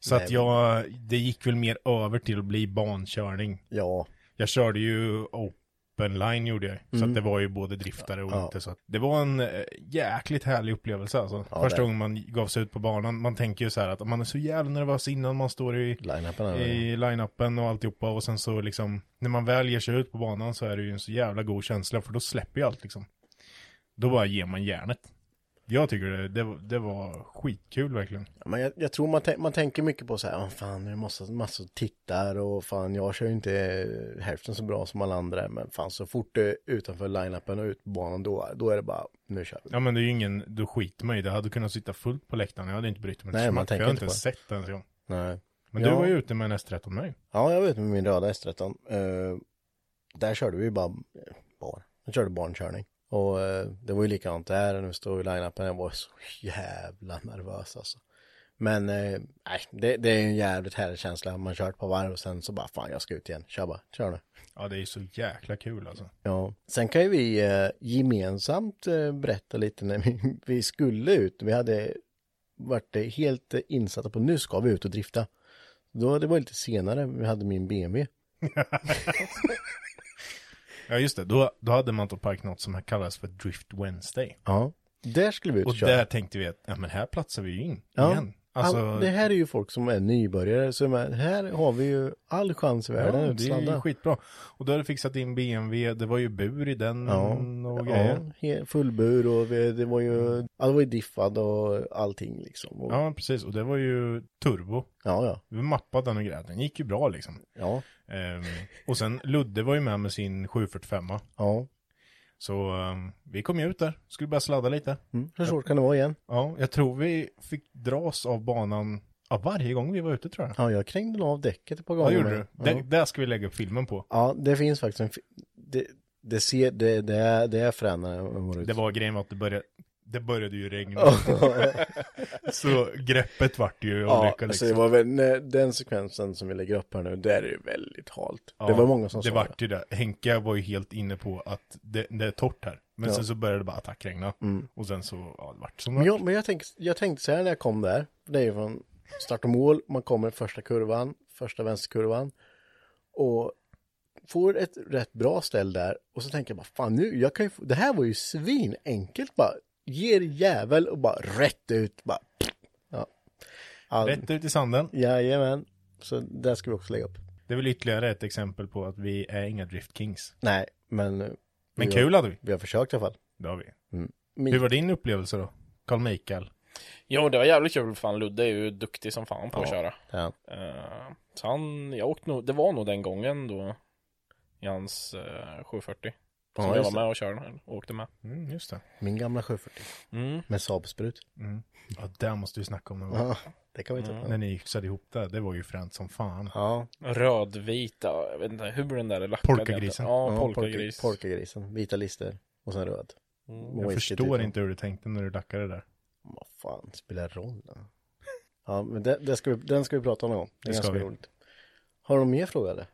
B: Så
A: Nej,
B: att
A: men-
B: jag, det gick väl mer över till att bli bankörning.
A: Ja,
B: Jag körde ju op open line gjorde jag. Så
A: Mm.
B: att det var ju både driftare och inte så att det var en eh, jäkligt härlig upplevelse alltså. Första gången man gav sig ut på banan, man tänker ju så här att man är så jävla nervös innan man står i
A: Line-upen är väl-
B: i line-upen och alltihopa och sen så liksom när man väl ger sig ut på banan så är det ju en så jävla god känsla för då släpper ju allt liksom. Då bara ger man järnet. Jag tycker det, det, det var skitkul verkligen.
A: Men jag, jag tror man, tän- man tänker mycket på så här, "Åh, fan nu måste massor tittar och fan jag kör ju inte eh, hälften så bra som alla andra. Men fan så fort det är utanför line-upen och ut på banan då, då är det bara, nu kör vi.
B: Ja men det är ju ingen, då skiter man i det. Jag hade kunnat sitta fullt på läktaren, jag hade inte brytt mig ett
A: Nej, man
B: smack, för
A: tänker
B: Jag har
A: inte
B: inte
A: på det.
B: sett det ens en gång.
A: Nej.
B: Men
A: Ja.
B: du var ju ute med en S13 mig.
A: Ja, jag vet med min röda S13. Eh, där körde vi bara, eh, bara. Jag körde barnkörning. Och eh, det var ju likadant där, nu stod i line-upen, jag var så jävla nervös alltså. Men eh, nej, det, det är ju en jävligt härlig känsla, man kört på varv och sen så bara fan jag ska ut igen, kör bara, kör nu.
B: Ja det är ju så jäkla kul alltså.
A: Ja, sen kan ju vi eh, gemensamt eh, berätta lite när vi, vi skulle ut. Vi hade varit eh, helt eh, insatta på nu ska vi ut och drifta. Då, det var lite senare, vi hade min BMW.
B: Ja just det, då, då hade man på Park något som här kallas för Drift Wednesday.
A: Ja. Där skulle vi ut och,
B: Och
A: köra.
B: där alltså- tänkte vi att, ja men här platsar vi ju in
A: ja.
B: igen.
A: All, det här är ju folk som är nybörjare, så men här har vi ju all chans i världen
B: Ja,
A: att
B: det är ju
A: sladda.
B: skitbra. Och då hade du fixat in BMW, det var ju bur i den
A: Ja,
B: och
A: ja
B: grejer.
A: he- fullbur och vi, det var ju, ja, det var ju diffad och allting liksom. Och, ja.
B: Ja, precis. Och det var ju turbo.
A: ja, ja,
B: Vi mappade den och grejer. Den gick ju bra liksom.
A: ja,
B: Ehm, och sen Ludde var ju med med sin 745
A: ja.
B: Så ehm, vi kom ju ut där, skulle börja sladda lite.
A: Mm. Hur svårt kan det vara igen?
B: Ja, jag tror vi fick dras av banan ja, varje gång vi var ute tror jag.
A: Ja, jag krängde nog av däcket ett par gånger.
B: Ja, gjorde
A: med.
B: du.
A: Ja.
B: Det, där ska vi lägga upp filmen på.
A: Ja, det finns faktiskt en... fi- Det, det, ser, det, det, är, det är fränare än vad
B: Det var grejen var att det började, det började ju regna.
A: ja,
B: Så greppet vart ju liksom. olika
A: alltså det var väl, nej, den sekvensen som vi lägger upp här nu, där är det väldigt halt. det
B: Ja,
A: var många som
B: det
A: sa
B: vart ju det. Henke var ju helt inne på att det, det är torrt här. Men sen så började det bara attackregna.
A: Mm.
B: Och sen så, ja, det vart som
A: Men,
B: det
A: jag, men jag, tänkte, jag tänkte så här när jag kom där, det är ju från start och mål, man kommer första kurvan, första vänsterkurvan och får ett rätt bra ställ där och så tänker jag bara fan nu, jag kan ju få, det här var ju svinenkelt bara, ger jävel och bara rätt ut bara. Ja.
B: vart.
A: All,
B: Rätt ut i sanden.
A: Jajamän, så det ska vi också lägga upp.
B: Det är väl ytterligare ett exempel på att vi är inga driftkings.
A: Nej, men eh,
B: Men
A: Ja.
B: kul hade vi.
A: vi har försökt i alla fall.
B: Det har vi.
A: Min-
B: Hur var din upplevelse då? Carl Michael?
C: Jo, det var jävligt kul. Fan, Ludde är ju duktig som fan på att köra.
A: Ja.
C: Eh, så han, jag åkte nog, det var nog den gången då i hans eh, 740. Som jag var
A: just
C: med och körde den, och åkte med.
B: Mm, just det.
A: Min gamla 740
C: Mm.
A: med Saab-sprut.
B: Ja, där måste vi snacka om någon gång.
A: Ja, det kan vi ta.
B: När ni yxade ihop det, det var ju fränt som fan.
A: Ja,
C: Rödvita, jag vet inte hur den där är lackad.
B: Polkagrisen.
C: Ja,
A: ja,
C: polkagris. Mm.
A: polka- Polkagrisen, vita lister och sen röd.
B: Jag förstår inte hur du tänkte när du lackade där.
A: Vad fan, spelar roll? Då? Ja, men det, det ska vi, den ska vi prata om någon gång. Det är
B: Det ska
A: ganska
B: vi.
A: roligt. Har du mer frågor eller?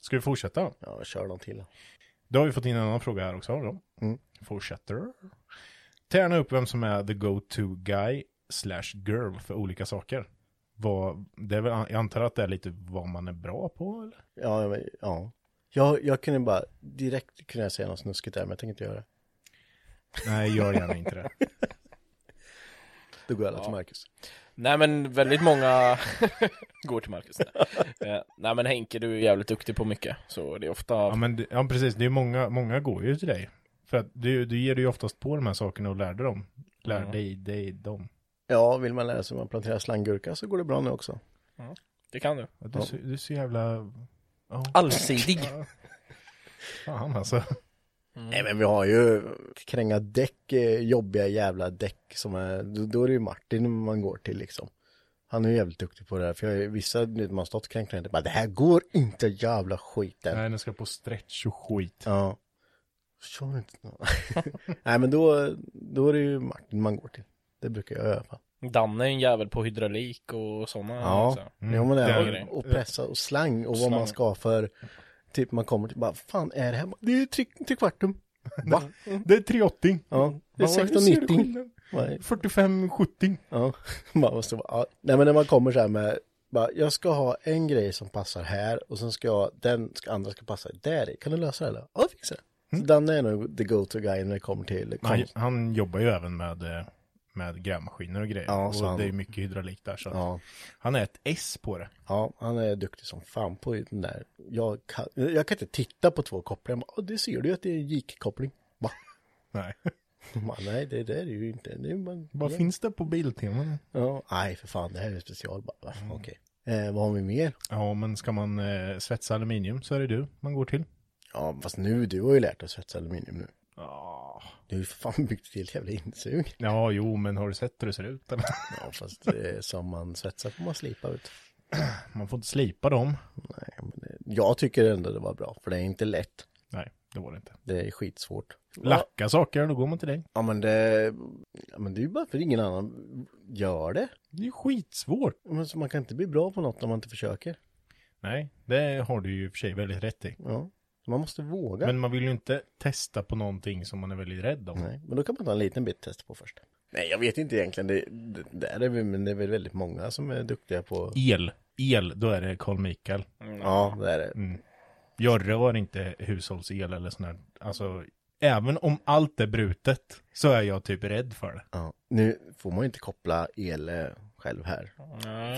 B: Ska vi fortsätta?
A: Ja, kör någon till.
B: Då har vi fått in en annan fråga här också. Då.
A: Mm.
B: Fortsätter. Tärna upp vem som är the go-to guy slash girl för olika saker. Vad, det är väl, jag antar att det är lite vad man är bra på eller?
A: Ja, men, ja. Jag, jag kunde bara, direkt kunde jag säga något snuskigt där, men jag tänker inte göra det.
B: Nej, gör gärna inte det.
A: Då går alla till Marcus.
C: Nej men väldigt många går till Marcus. Eh, nej men Henke, du är jävligt duktig på mycket. Så det är ofta,
B: Ja, men det, ja precis. Det är många, många går ju till dig. För att du, du ger dig ju oftast på de här sakerna och lär dig dem. Lär dig, dig dem.
A: Ja, vill man lära sig hur man planterar slanggurka så går det bra nu också.
C: det kan du.
B: Ja, Du, är så- du är så jävla...
C: Allsidig.
B: Fan alltså.
A: Nej men vi har ju kränga däck, eh, jobbiga jävla däck som är, då, då är det ju Martin man går till liksom. Han är ju jävligt duktig på det här, för jag, vissa, du vet, man har stått och kränkt och bara det här går inte jävla skiten.
B: Nej, den ska på stretch och skit.
A: Ja. Kör inte nå- Nej men då, då är det ju Martin man går till. Det brukar jag göra i alla fall.
C: Danne är en jävel på hydraulik och alltså. sådana.
A: Ja,
C: Så.
A: mm. jo, men det
B: det är
A: är,
C: grejen.
A: och, och pressa och slang och vad man
C: Slang.
A: ska för, typ man kommer till bara, fan är det här, det är ju tre, tre kvartum. Va?
B: Det är 380.
A: Ja, det är
B: Vad- hur ser du
A: 1690.
B: skillnaden?
A: Vad är-
B: 45-70.
A: Ja, man måste, vara- ja. Nej men när man kommer så här med Bara, jag ska ha en grej som passar här och sen ska jag, den ska, andra ska passa där i. Kan du lösa det eller? Ja, jag fixar det. Så Danne är nog the go-to guy när det kommer till konst.
B: Han, han jobbar ju även med, eh, med grävmaskiner och grejer.
A: Ja,
B: och
A: så han-
B: det är ju mycket hydraulik där. Så att
A: Ja.
B: Han är ett S på det.
A: Ja, han är duktig som fan på den där. Jag kan, jag kan inte titta på två kopplingar. Jag bara, "Åh, det ser du ju att det är en JIK-koppling. Va?
B: Nej.
A: Jag bara, Nej, det där är ju inte. Det är man,
B: Vad finns det på Bilteman?
A: Ja, nej, för fan, det här är special. Bara, va? Okej. Eh, vad har vi mer?
B: Ja, men ska man eh, svetsa aluminium så är det du man går till.
A: Ja, fast nu, du har ju lärt dig att svetsa aluminium nu.
B: Ja,
A: Du har ju för fan byggt ett helt jävla insug.
B: ja jo, men har du sett hur det ser ut? Eller?
A: Ja, fast eh, som man svetsar får man slipa ut.
B: Man får inte slipa dem.
A: Nej, men det, jag tycker ändå det var bra, för det är inte lätt.
B: Nej, det var det inte.
A: Det är skitsvårt.
B: Lacka saker, då går man till dig.
A: Ja, men det, ja, men det är ju bara för ingen annan gör det.
B: Det är ju skitsvårt.
A: Men så man kan inte bli bra på något om man inte försöker.
B: Nej, det har du ju i och för sig väldigt rätt i.
A: Ja. Så man måste våga.
B: Men man vill ju inte testa på någonting som man är väldigt rädd om.
A: Nej, men då kan man ta en liten bit test på först. Nej, jag vet inte egentligen. Det, det, det är det, väl, men det är väl väldigt många som är duktiga på...
B: El, el, då är det Carl Mikael.
A: Ja, det är det.
B: Jag rör inte hushållsel eller sån här. Alltså, även om allt är brutet så är jag typ rädd för det.
A: Ja. Nu får man ju inte koppla el eh, själv här.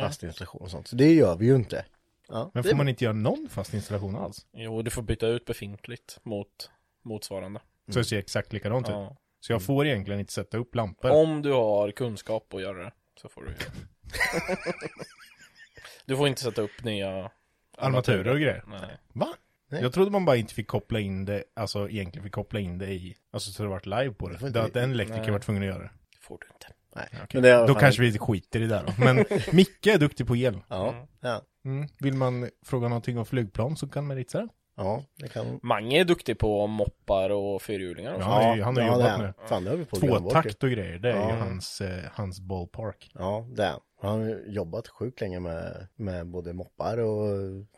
A: Fast installation och sånt. Så det gör vi ju inte. Ja,
B: Men
A: det
B: får
A: är-
B: man inte göra någon fast installation alls?
C: Jo, du får byta ut befintligt mot motsvarande.
B: Så det ser exakt likadant ut.
C: Ja.
B: Så jag får egentligen inte sätta upp lampor.
C: Om du har kunskap att göra det, så får du göra det. Du får inte sätta upp nya...
B: Armaturer och grejer.
C: Nej.
B: Va?
A: Nej.
B: Jag trodde man bara inte fick koppla in det, alltså egentligen fick koppla in det i, alltså så det vart live på det.
A: får
B: det
A: inte-
B: hade en elektriker varit tvungen att göra det.
C: Det får du inte.
A: Nej.
B: Okej.
A: Men det är i alla
B: Då
A: fall-
B: kanske vi skiter i det då. Men Micke är duktig på el.
A: Ja, ja.
B: Mm. Vill man fråga någonting om flygplan så kan man ritsa det.
A: ja det kan...
C: Mange är duktig på moppar och fyrhjulingar och
B: Ja,
C: så.
B: han, är, ju- han har
A: ja, det är
B: jobbat nu.
A: Fan, det har vi på att glömma bort ju.
B: Tvåtakt och grejer, det är ju
A: Ja.
B: hans, eh, hans ballpark.
A: Ja, det är han. Han har ju jobbat sjukt länge med, med både moppar och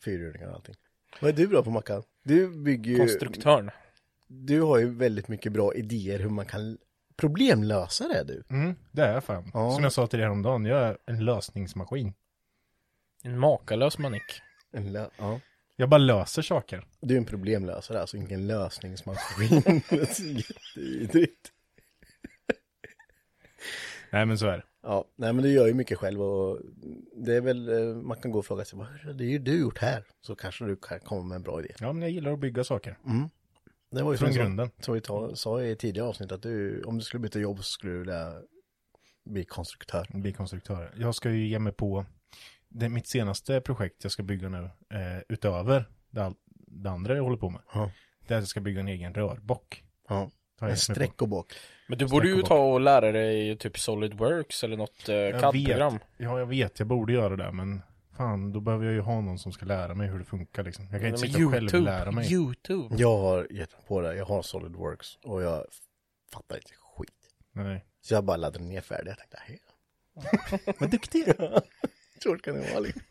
A: fyrhjulingar och allting. Vad är du bra på Mackan? Du bygger ju...
C: Konstruktören.
A: Du har ju väldigt mycket bra idéer hur man kan problemlösa det du.
B: Mm, det är jag fan.
A: Ja.
B: Som jag sa till dig häromdagen, jag är en lösningsmaskin.
C: En makalös manick.
A: En lö- ja.
B: Jag bara löser saker.
A: Du är en problemlösare, alltså ingen lösningsmaskin. Det är Jättevidrigt.
B: Nej men så är det.
A: Ja, nej men du gör ju mycket själv och det är väl, eh, man kan gå och fråga sig, vad har det ju du gjort här? Så kanske du kan komma med en bra idé.
B: Ja men jag gillar att bygga saker.
A: Det var ju
B: Från
A: som-
B: grunden.
A: Som vi ta, sa i tidigare avsnitt att du, om du skulle byta jobb så skulle du vilja bli konstruktör.
B: Bli konstruktör. Jag ska ju ge mig på, det är mitt senaste projekt jag ska bygga nu, eh, utöver det, all, det andra jag håller på med.
A: Ja.
B: Det är att jag ska bygga en egen rörbock.
A: Ja.
B: Har jag
A: En
B: gett mig på.
A: streck och bak.
C: Men du borde ju
B: Snacka
C: ta och lära dig typ SolidWorks eller något eh,
B: Jag
C: CAD-program.
B: vet, ja jag vet, jag borde göra det men fan då behöver jag ju ha någon som ska lära mig hur det funkar liksom. Jag kan
C: Men
B: inte sitta och själv lära mig.
C: YouTube.
B: Mm.
A: Jag har gett mig på det, jag har SolidWorks och jag fattar inte skit.
B: Nej.
A: Så jag bara laddade ner färdigt, jag tänkte, hej.
B: Vad duktig
A: Så kan det vara liksom.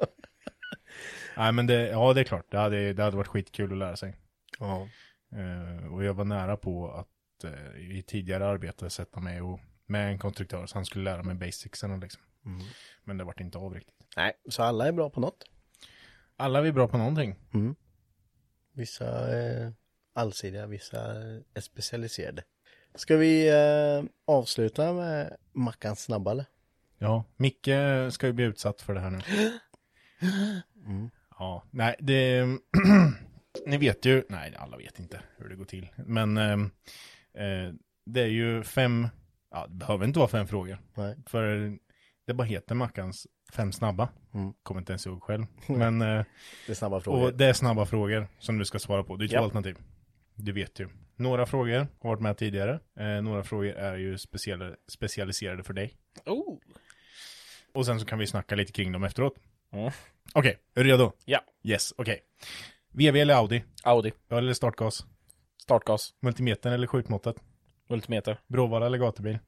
B: Nej men det, ja det är klart, det hade, det hade varit skitkul att lära sig.
A: Ja.
B: Eh, och jag var nära på att eh, i tidigare arbete sätta mig och, med en konstruktör så han skulle lära mig basicsen liksom. Men det vart inte av riktigt.
A: Nej, så alla är bra på något.
B: Alla är vi bra på någonting.
A: Vissa eh, allsidiga, vissa eh, är specialiserade. Ska vi eh, avsluta med Mackans snabbare?
B: Ja, Micke ska ju bli utsatt för det här nu.
A: Mm.
B: Ja, nej, det... ni vet ju, nej, alla vet inte hur det går till. Men ehm, eh, det är ju fem, ja, det behöver inte vara fem frågor.
A: Nej.
B: För det bara heter Mackans fem snabba. Kommer inte ens ihåg själv. Men, eh,
A: Det är snabba Mm. frågor.
B: och det är snabba frågor som du ska svara på. Det är två
C: Japp.
B: alternativ. Du vet ju. Några frågor har varit med tidigare. Eh, några frågor är ju speciella, specialiserade för dig.
C: Oh.
B: Och sen så kan vi snacka lite kring dem efteråt.
C: Mm.
B: Okej, är du redo?
C: Ja,
B: Yes, okej. VV eller Audi?
C: Audi,
B: Öl eller startgas?
C: startgas,
B: Multimetern eller skjutmåttet?
C: multimeter,
B: Bråvalla eller gatubil?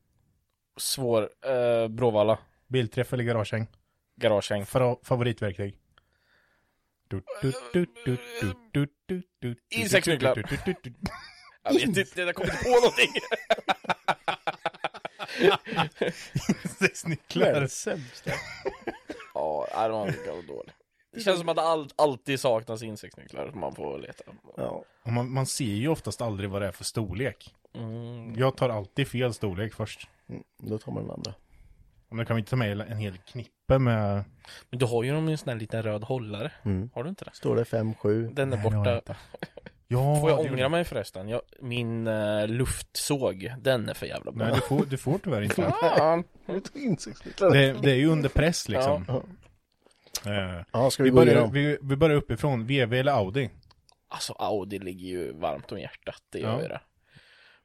C: svår, eh, Bråvalla,
B: Bilträff eller garagehäng?
C: garagehäng,
B: Fra- favoritverktyg? Du- du- du- du- du- du- du- du- du-
C: Insektsnycklar.
B: du- du- du- du- du-
C: Jag vet inte, jag kommer inte på någonting.
B: Insektsnycklar.
A: sämsta.
C: Ja, nej, den var väldigt dålig. Det känns som att det all, alltid saknas insektsnycklar som man får leta.
A: Ja.
B: Och man, man ser ju oftast aldrig vad det är för storlek.
C: Mm.
B: Jag tar alltid fel storlek först.
A: Mm, Då tar man den andra.
B: Om det kan vi inte ta med en hel knippe med...
C: Men du har ju dem i en sån här liten röd hållare.
A: Mm.
C: Har du inte det?
A: Står det 5-7?
C: Den är
B: Nej, det har jag
C: borta.
B: inte. Ja,
C: Får jag
B: det gjorde-
C: ångra mig förresten? Jag, min eh, luftsåg, den är för jävla bra.
B: Nej, du får, du får tyvärr inte.
C: Fan.
B: Det, det är ju under press liksom. Eh,
A: Ja, ska vi,
B: vi,
A: gå
B: börjar,
A: igenom?
B: vi, vi börjar uppifrån. VW eller Audi?
C: Alltså Audi ligger ju varmt om hjärtat, det gör
B: Ja.
C: ju det.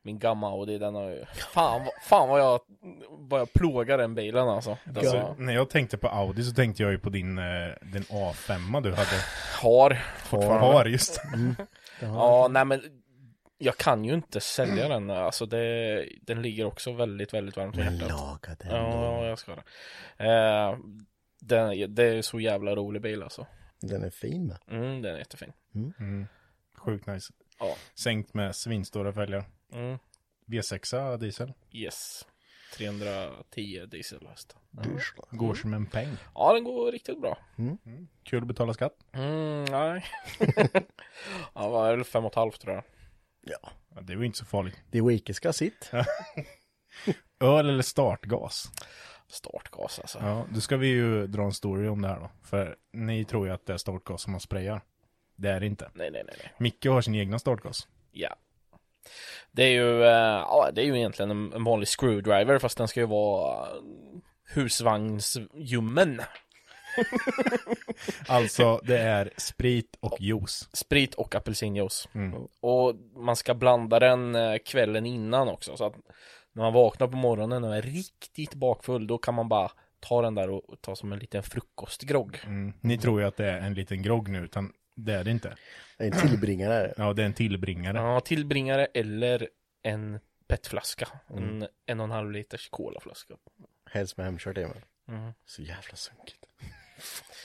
C: Min gamla Audi, den har ju... Fan, vad- fan vad jag, vad jag plågar den bilen alltså. Den
B: Alltså,
C: var-
B: när jag tänkte på Audi så tänkte jag ju på din, eh, din A5 du hade.
C: Har.
B: Fortfarande har just.
C: Ja, nej men jag kan ju inte sälja den. Alltså det, den ligger också väldigt, väldigt varmt om hjärtat.
A: Laga den då.
C: Ja, jag ska det. Eh, den, det är så jävla rolig bil alltså.
A: Den är fin med.
C: Mm, den är jättefin.
B: Sjukt nice.
C: Ja.
B: Sänkt med svinstora fälgar.
C: Mm.
B: V6 diesel.
C: Yes. 310 dieselhäst.
B: Går som en peng.
C: Ja, den går riktigt bra.
B: Kul att betala skatt.
C: Mm, nej. ja, det var väl fem och ett halvt tror jag.
A: Ja.
B: Ja, Det är ju inte så farligt.
A: Det är Wikis ska ha sitt.
B: Öl eller startgas?
C: Startgas alltså.
B: Ja, då ska vi ju dra en story om det här då. För ni tror ju att det är startgas som man sprayar. Det är det inte.
C: Nej, nej, nej, nej.
B: Micke har sin egna startgas.
C: Ja. Det är ju, eh, ja, det är ju egentligen en, en vanlig screwdriver fast den ska ju vara eh, husvagnsljummen.
B: Alltså, det är sprit och juice.
C: Sprit och apelsinjuice. Och man ska blanda den eh, kvällen innan också så att när man vaknar på morgonen och är riktigt bakfull då kan man bara ta den där och ta som en liten frukostgrogg.
B: Mm. Ni tror ju att det är en liten grogg nu, utan det är det inte.
A: En tillbringare.
B: Ja, det är en tillbringare.
C: Ja, tillbringare eller en petflaska. En en och en halv liters colaflaska.
A: Helst med hemkört även. Så jävla sunkigt.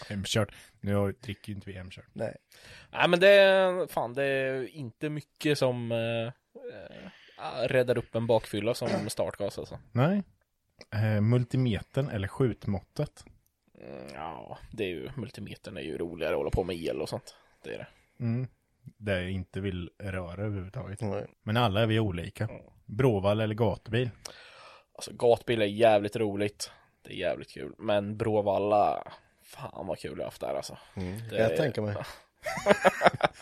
B: Hemkört. Nu har- dricker ju inte vi hemkört.
A: Nej.
C: Nej men det är, fan det är inte mycket som eh, eh, räddar upp en bakfylla som startgas alltså.
B: Nej. Eh, multimetern eller skjutmåttet.
C: Mm, Ja, det är ju, multimetern är ju roligare att hålla på med el och sånt. Det är det.
B: Mm. Det jag inte vill röra överhuvudtaget.
C: Mm.
A: Nej.
B: Men alla är vi olika. Bråvall eller gatubil?
C: Alltså gatbil är jävligt roligt. Det är jävligt kul. Men Bråvalla, fan vad kul jag haft där alltså.
B: Mm.
C: Det
A: Jag
C: är-
A: tänker mig.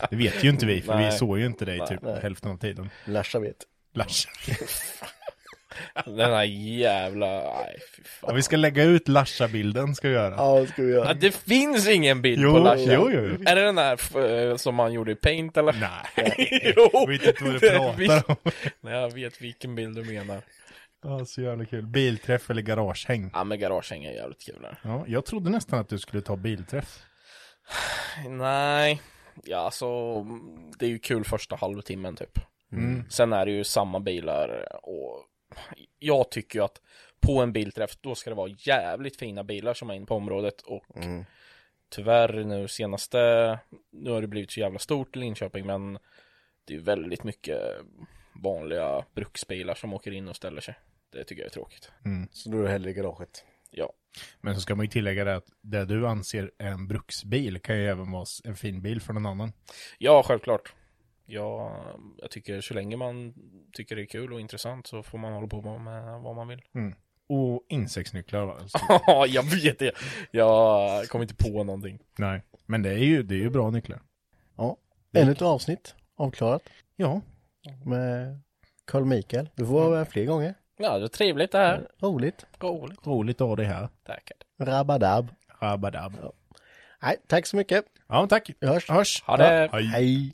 B: Det vet ju inte vi, för vi
C: Nej.
B: såg ju inte dig typ hälften av tiden.
A: Larsa vet.
B: Larsa.
C: Den här jävla, nej fy
B: Ja,
C: fan.
B: vi ska lägga ut Larsa-bilden ska vi göra.
A: Ja, det ska vi
C: Ja,
A: göra.
C: det finns ingen bild
B: Jo,
C: på Lasse.
B: jo, jo, jo.
C: Är det den där f- eh, som man gjorde i Paint eller?
B: Nej,
C: Jo,
B: jag vet inte vad du
C: det är
B: pratar om.
C: Nej, jag vet vilken bild du menar.
B: Ja, så jävla kul. Bilträff eller garagehäng?
C: Ja, men garagehäng är jävligt kul där.
B: Ja, jag trodde nästan att du skulle ta bilträff.
C: Nej, ja alltså det är ju kul första halvtimmen typ. Sen är det ju samma bilar och jag tycker ju att på en bilträff då ska det vara jävligt fina bilar som är inne på området och tyvärr nu senaste, nu har det blivit så jävla stort i Linköping men det är ju väldigt mycket vanliga bruksbilar som åker in och ställer sig. Det tycker jag är tråkigt.
A: Så då är det hellre i garaget.
C: Ja.
B: Men så ska man ju tillägga det att det du anser är en bruksbil kan ju även vara en fin bil för någon annan.
C: Ja, självklart. Ja, jag tycker så länge man tycker det är kul och intressant så får man hålla på med vad man vill.
B: Och insektsnycklar va? Alltså,
C: Ja, jag vet det. Jag kom inte på någonting.
B: nej, men det är, ju, det är ju bra nycklar.
A: Ja. Ännu ett avsnitt avklarat
B: Ja,
A: med Carl Mikael. Du får vara med fler gånger.
C: Ja, det var trevligt det här.
A: Roligt.
C: Mm. Roligt.
B: roligt att ha dig här.
C: Tackar.
A: Rabadab.
B: Rabadab.
A: Nej, tack så mycket.
B: Ja, tack.
A: Vi hörs.
B: Hörs.
C: Ha det.
B: Hej.
A: Hej.